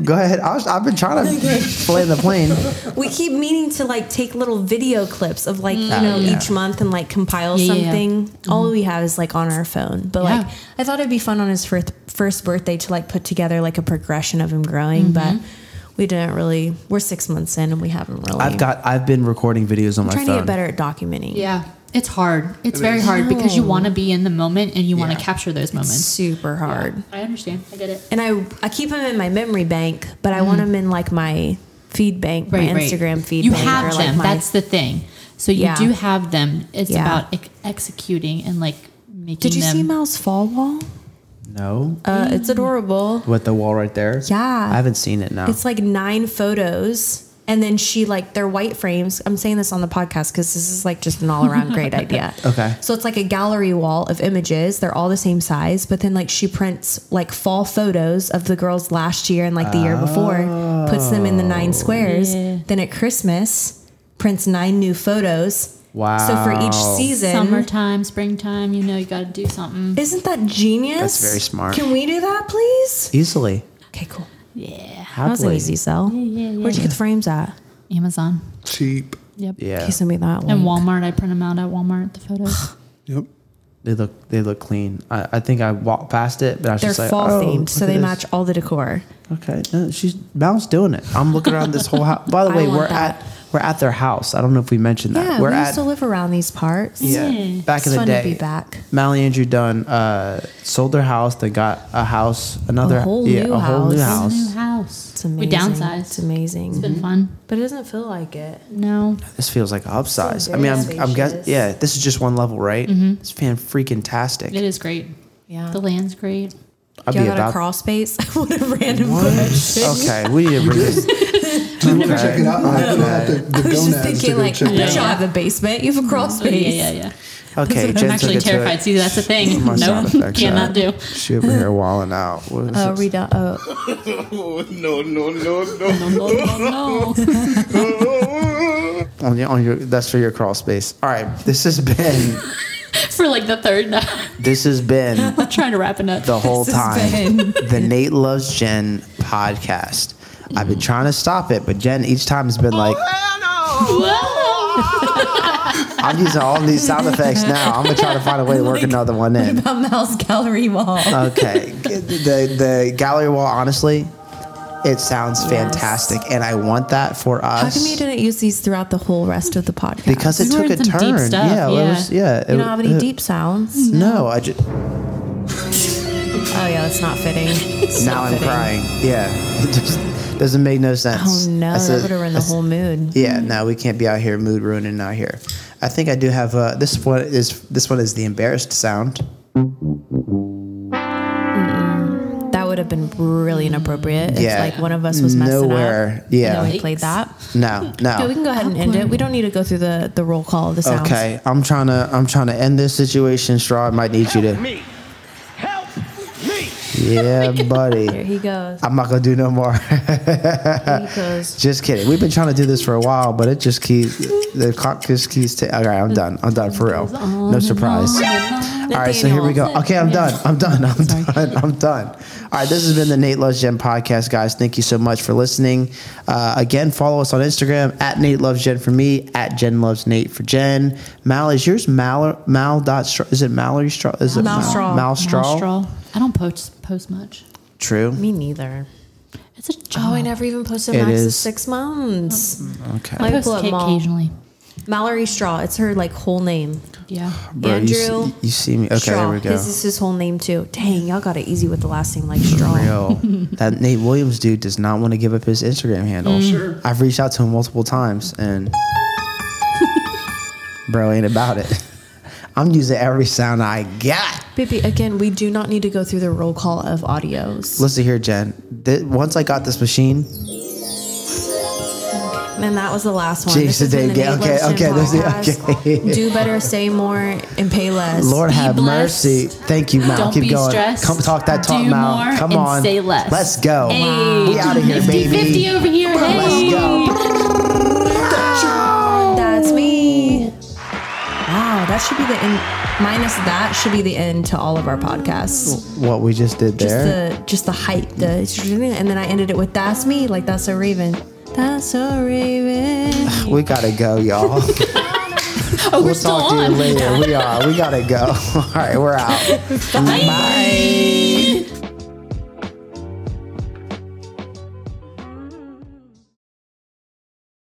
Speaker 3: go ahead. I was, I've been trying
Speaker 5: *laughs*
Speaker 3: to play the plane.
Speaker 5: We
Speaker 4: Uh,
Speaker 5: keep meaning to like take little video clips of like, you know,
Speaker 3: yeah.
Speaker 5: each month and like compile
Speaker 4: Mm. Oh, Yeah, yeah, yeah.
Speaker 5: something. All we have is like on our phone. But
Speaker 4: Yeah.
Speaker 5: like, I thought it'd be fun on his first, first birthday to like put together like a progression of him growing,
Speaker 4: Mm-hmm.
Speaker 5: but we didn't really, we're six months in and we haven't really.
Speaker 3: I've got. I've been recording videos on my
Speaker 5: trying
Speaker 3: phone.
Speaker 5: to get better at documenting.
Speaker 4: Yeah, it's hard. It's very hard because you want to be in the moment and you want to
Speaker 6: Yeah.
Speaker 4: capture those
Speaker 5: It's
Speaker 4: moments.
Speaker 5: super hard.
Speaker 4: I understand. I get it.
Speaker 5: And I, I keep him in my memory bank, but I want him in like my feed bank, my Instagram feed
Speaker 4: Mm-hmm. You
Speaker 5: bank.
Speaker 4: have
Speaker 5: or, like,
Speaker 4: them.
Speaker 5: my-
Speaker 4: That's the thing. So you
Speaker 5: Yeah.
Speaker 4: do have them. It's
Speaker 5: Yeah.
Speaker 4: about ex- executing and like making
Speaker 5: Did you
Speaker 4: them. Mm-hmm.
Speaker 5: see Miles' fall wall?
Speaker 3: No,
Speaker 5: Uh, it's adorable.
Speaker 3: with the wall right there.
Speaker 5: Yeah.
Speaker 3: I haven't seen it now.
Speaker 5: It's like nine photos. And then she like they're white frames. I'm saying this on the podcast because this is like just an all
Speaker 3: *laughs*
Speaker 5: around great idea.
Speaker 3: Okay.
Speaker 5: So it's like a gallery wall of images. They're all the same size, but then like she prints like fall photos of the girls last year and like the year before, puts them in the nine
Speaker 3: Oh.
Speaker 5: squares. Then at Christmas, prints nine new photos. So for each
Speaker 3: Wow.
Speaker 5: season,
Speaker 4: Summertime, springtime, you know, you got to do something.
Speaker 5: isn't that genius?
Speaker 3: That's very smart.
Speaker 5: Can we do that, please?
Speaker 3: Easily.
Speaker 5: Okay, cool.
Speaker 4: Yeah.
Speaker 5: That was an
Speaker 3: Happily.
Speaker 5: easy sell. Where'd you get the frames at?
Speaker 4: Amazon.
Speaker 6: cheap.
Speaker 4: Yep.
Speaker 3: Yeah.
Speaker 5: Okay, send me that
Speaker 4: And
Speaker 5: one.
Speaker 4: Walmart, I print them out at Walmart, the photos.
Speaker 6: Yep.
Speaker 3: They look. They look clean. I, I think I walked past it, but I was
Speaker 5: They're
Speaker 3: just like,
Speaker 5: fall
Speaker 3: oh,
Speaker 5: themed, so
Speaker 3: look at
Speaker 5: they
Speaker 3: this.
Speaker 5: match all the decor.
Speaker 3: Okay, no, she's Mal's doing it. I'm looking around this whole house. By the
Speaker 5: *laughs* I
Speaker 3: way,
Speaker 5: want
Speaker 3: we're
Speaker 5: that.
Speaker 3: at we're at their house. I don't know if we mentioned that.
Speaker 5: Yeah,
Speaker 3: we're
Speaker 5: we
Speaker 3: at
Speaker 5: used to live around these parts.
Speaker 3: yeah, back
Speaker 5: it's
Speaker 3: in the
Speaker 5: fun
Speaker 3: day.
Speaker 5: to be back.
Speaker 3: Mal and Andrew Dunn uh, sold their house. They got a house, another
Speaker 5: whole
Speaker 3: yeah,
Speaker 5: new
Speaker 3: a whole new
Speaker 5: house.
Speaker 3: house.
Speaker 4: New house.
Speaker 5: It's amazing.
Speaker 4: We downsized.
Speaker 5: It's amazing,
Speaker 4: It's been fun.
Speaker 5: but it doesn't feel like it.
Speaker 4: No.
Speaker 3: This feels like upsize. I mean, I'm, I'm guess
Speaker 5: spacious. Mm-hmm.
Speaker 3: yeah. This is just one level, right? It's fan freaking tastic.
Speaker 4: It is great.
Speaker 5: Yeah,
Speaker 4: The land's great.
Speaker 3: I'd
Speaker 5: y'all
Speaker 3: be
Speaker 5: got
Speaker 3: about Oh,
Speaker 5: a crawl space. *laughs* what a random question.
Speaker 3: okay. We
Speaker 6: *laughs*
Speaker 3: need to bring this.
Speaker 6: Do you want to check it out? I put out the, the
Speaker 5: I was just
Speaker 6: gonads to
Speaker 5: thinking,
Speaker 6: go
Speaker 5: like,
Speaker 6: check
Speaker 5: I
Speaker 6: it
Speaker 5: bet
Speaker 6: out.
Speaker 5: y'all have a basement. You have a crawl space.
Speaker 4: Yeah, yeah, yeah.
Speaker 3: Okay,
Speaker 4: I'm
Speaker 3: Jen
Speaker 4: actually
Speaker 3: took it to
Speaker 4: terrified.
Speaker 3: it.
Speaker 4: See, that's
Speaker 3: *laughs*
Speaker 4: the thing.
Speaker 3: My sound
Speaker 4: *laughs* No,
Speaker 3: effects
Speaker 4: cannot
Speaker 3: out.
Speaker 4: do.
Speaker 3: She over
Speaker 4: *laughs*
Speaker 3: here walling out. What is
Speaker 5: Oh,
Speaker 3: this?
Speaker 5: read out. Oh,
Speaker 4: *laughs* No.
Speaker 3: on your, on your that's for your crawl space. All right, this has been
Speaker 4: For like the third night. *laughs*
Speaker 3: this has been
Speaker 4: I'm trying to wrap it up. *laughs*
Speaker 3: the whole time the Nate loves Jen podcast. I've been trying to stop it, but Jen each time has been
Speaker 4: *laughs*
Speaker 1: Oh,
Speaker 3: like, "I'm using all these sound effects now. I'm gonna try to find a way
Speaker 4: *laughs*
Speaker 3: to work another
Speaker 5: *laughs*
Speaker 3: one in."
Speaker 5: a mouse gallery wall.
Speaker 3: Okay, the the gallery wall. Honestly, it sounds fantastic, and I want that for us.
Speaker 5: How come you didn't use these throughout the whole rest of the podcast?
Speaker 3: because it
Speaker 4: We were
Speaker 3: took a
Speaker 4: in some deep
Speaker 3: turn.
Speaker 4: stuff,
Speaker 3: yeah, it
Speaker 4: yeah.
Speaker 3: was. Yeah, it,
Speaker 5: you don't have any
Speaker 3: it-
Speaker 5: deep sounds.
Speaker 3: No, I just.
Speaker 5: Oh yeah, that's not fitting. It's
Speaker 3: now
Speaker 5: not
Speaker 3: I'm
Speaker 5: fitting.
Speaker 3: crying. Yeah, *laughs* it just doesn't make no sense.
Speaker 5: Oh no,
Speaker 3: That's
Speaker 5: that
Speaker 3: a-
Speaker 5: would have ruined the
Speaker 3: that's-
Speaker 5: whole mood.
Speaker 3: Yeah, no, we can't be out here mood ruining out here. I think I do have uh, this one is this one is the embarrassed sound.
Speaker 5: That would have been really inappropriate
Speaker 3: Yeah.
Speaker 5: if like one of us was messing
Speaker 3: Nowhere.
Speaker 5: up.
Speaker 3: Yeah.
Speaker 5: and then we played that. *laughs*
Speaker 3: No,
Speaker 5: Okay, we
Speaker 3: no.
Speaker 5: can go ahead and end it. We don't need to go through the the roll call of the sounds.
Speaker 3: Okay, I'm trying to I'm trying to end this situation. Straw, I might need you to.
Speaker 9: Me. Help me.
Speaker 5: *laughs*
Speaker 3: Yeah, buddy.
Speaker 5: He goes.
Speaker 3: I'm not gonna do no more.
Speaker 5: He goes.
Speaker 3: just kidding. We've been trying to do this for a while, but it just keeps the clock just keeps. Ta- okay, I'm done. I'm done for real. No surprise. All right, so here we go. Okay, I'm done. I'm done. *laughs* I'm done. I'm done. All right, this has been the Nate Loves Jen podcast, guys. Thank you so much for listening. Uh, again, follow us on Instagram at Nate Loves Jen for me, at Jen Loves Nate for Jen. Mal, is yours Mal, Mal dot, Stra- is it Mallory Straw? Is it
Speaker 5: Mal Straw.
Speaker 3: Mal Straw?
Speaker 4: Straw. I don't post post much.
Speaker 3: True.
Speaker 5: Me neither.
Speaker 4: It's a job.
Speaker 5: Oh, I never even posted
Speaker 3: It
Speaker 5: Max's
Speaker 3: is.
Speaker 5: six months.
Speaker 3: Okay.
Speaker 5: Let
Speaker 4: I
Speaker 5: me pull
Speaker 4: post
Speaker 5: up Mal.
Speaker 4: occasionally.
Speaker 5: Mallory Straw. It's her like whole name.
Speaker 4: Yeah.
Speaker 3: Bro, you s-
Speaker 5: Andrew
Speaker 3: You, see me? Okay,
Speaker 5: Straw.
Speaker 3: there we go.
Speaker 5: This is his whole name too. Dang, y'all got it easy with the last name like Straw.
Speaker 3: Yo, *laughs* that Nate Williams dude does not want to give up his Instagram handle.
Speaker 4: Mm.
Speaker 3: Sure. I've reached out to him multiple times
Speaker 4: *laughs*
Speaker 3: and bro ain't about it. I'm using every sound I got.
Speaker 5: Baby, again, we do not need to go through the roll call of audios.
Speaker 3: Listen here, Jen. Th- once I got this machine,
Speaker 5: and that was the last one.
Speaker 3: Jeez,
Speaker 5: This has
Speaker 3: did
Speaker 5: been
Speaker 3: they
Speaker 5: the
Speaker 3: get-
Speaker 5: Nate Liston
Speaker 3: okay, okay, this is-
Speaker 5: podcast.
Speaker 3: okay. *laughs*
Speaker 5: Do better, say more, and pay less.
Speaker 3: Lord
Speaker 4: Be
Speaker 3: have
Speaker 4: blessed.
Speaker 3: mercy. Thank you, Mal.
Speaker 4: Don't
Speaker 3: Keep
Speaker 4: be
Speaker 3: going.
Speaker 4: stressed.
Speaker 3: Come talk that talk,
Speaker 4: Do
Speaker 3: Mal.
Speaker 4: more
Speaker 3: Come
Speaker 4: and
Speaker 3: on.
Speaker 4: say less.
Speaker 3: Let's go.
Speaker 4: Hey.
Speaker 3: We out of here,
Speaker 4: 50
Speaker 3: baby.
Speaker 4: 50 over here. Hey.
Speaker 5: That's me. Wow, that should be the end. Minus that should be the end to all of our podcasts.
Speaker 3: What we just did
Speaker 5: Just
Speaker 3: there.
Speaker 5: the just the hype, the and then I ended it with "That's me," like that's a raven. That's a raven.
Speaker 3: we gotta go, y'all.
Speaker 4: Oh, we're
Speaker 3: we'll
Speaker 4: still
Speaker 3: talk to you *laughs*
Speaker 4: on.
Speaker 3: later. We are. We gotta go. All right, we're out.
Speaker 4: Bye.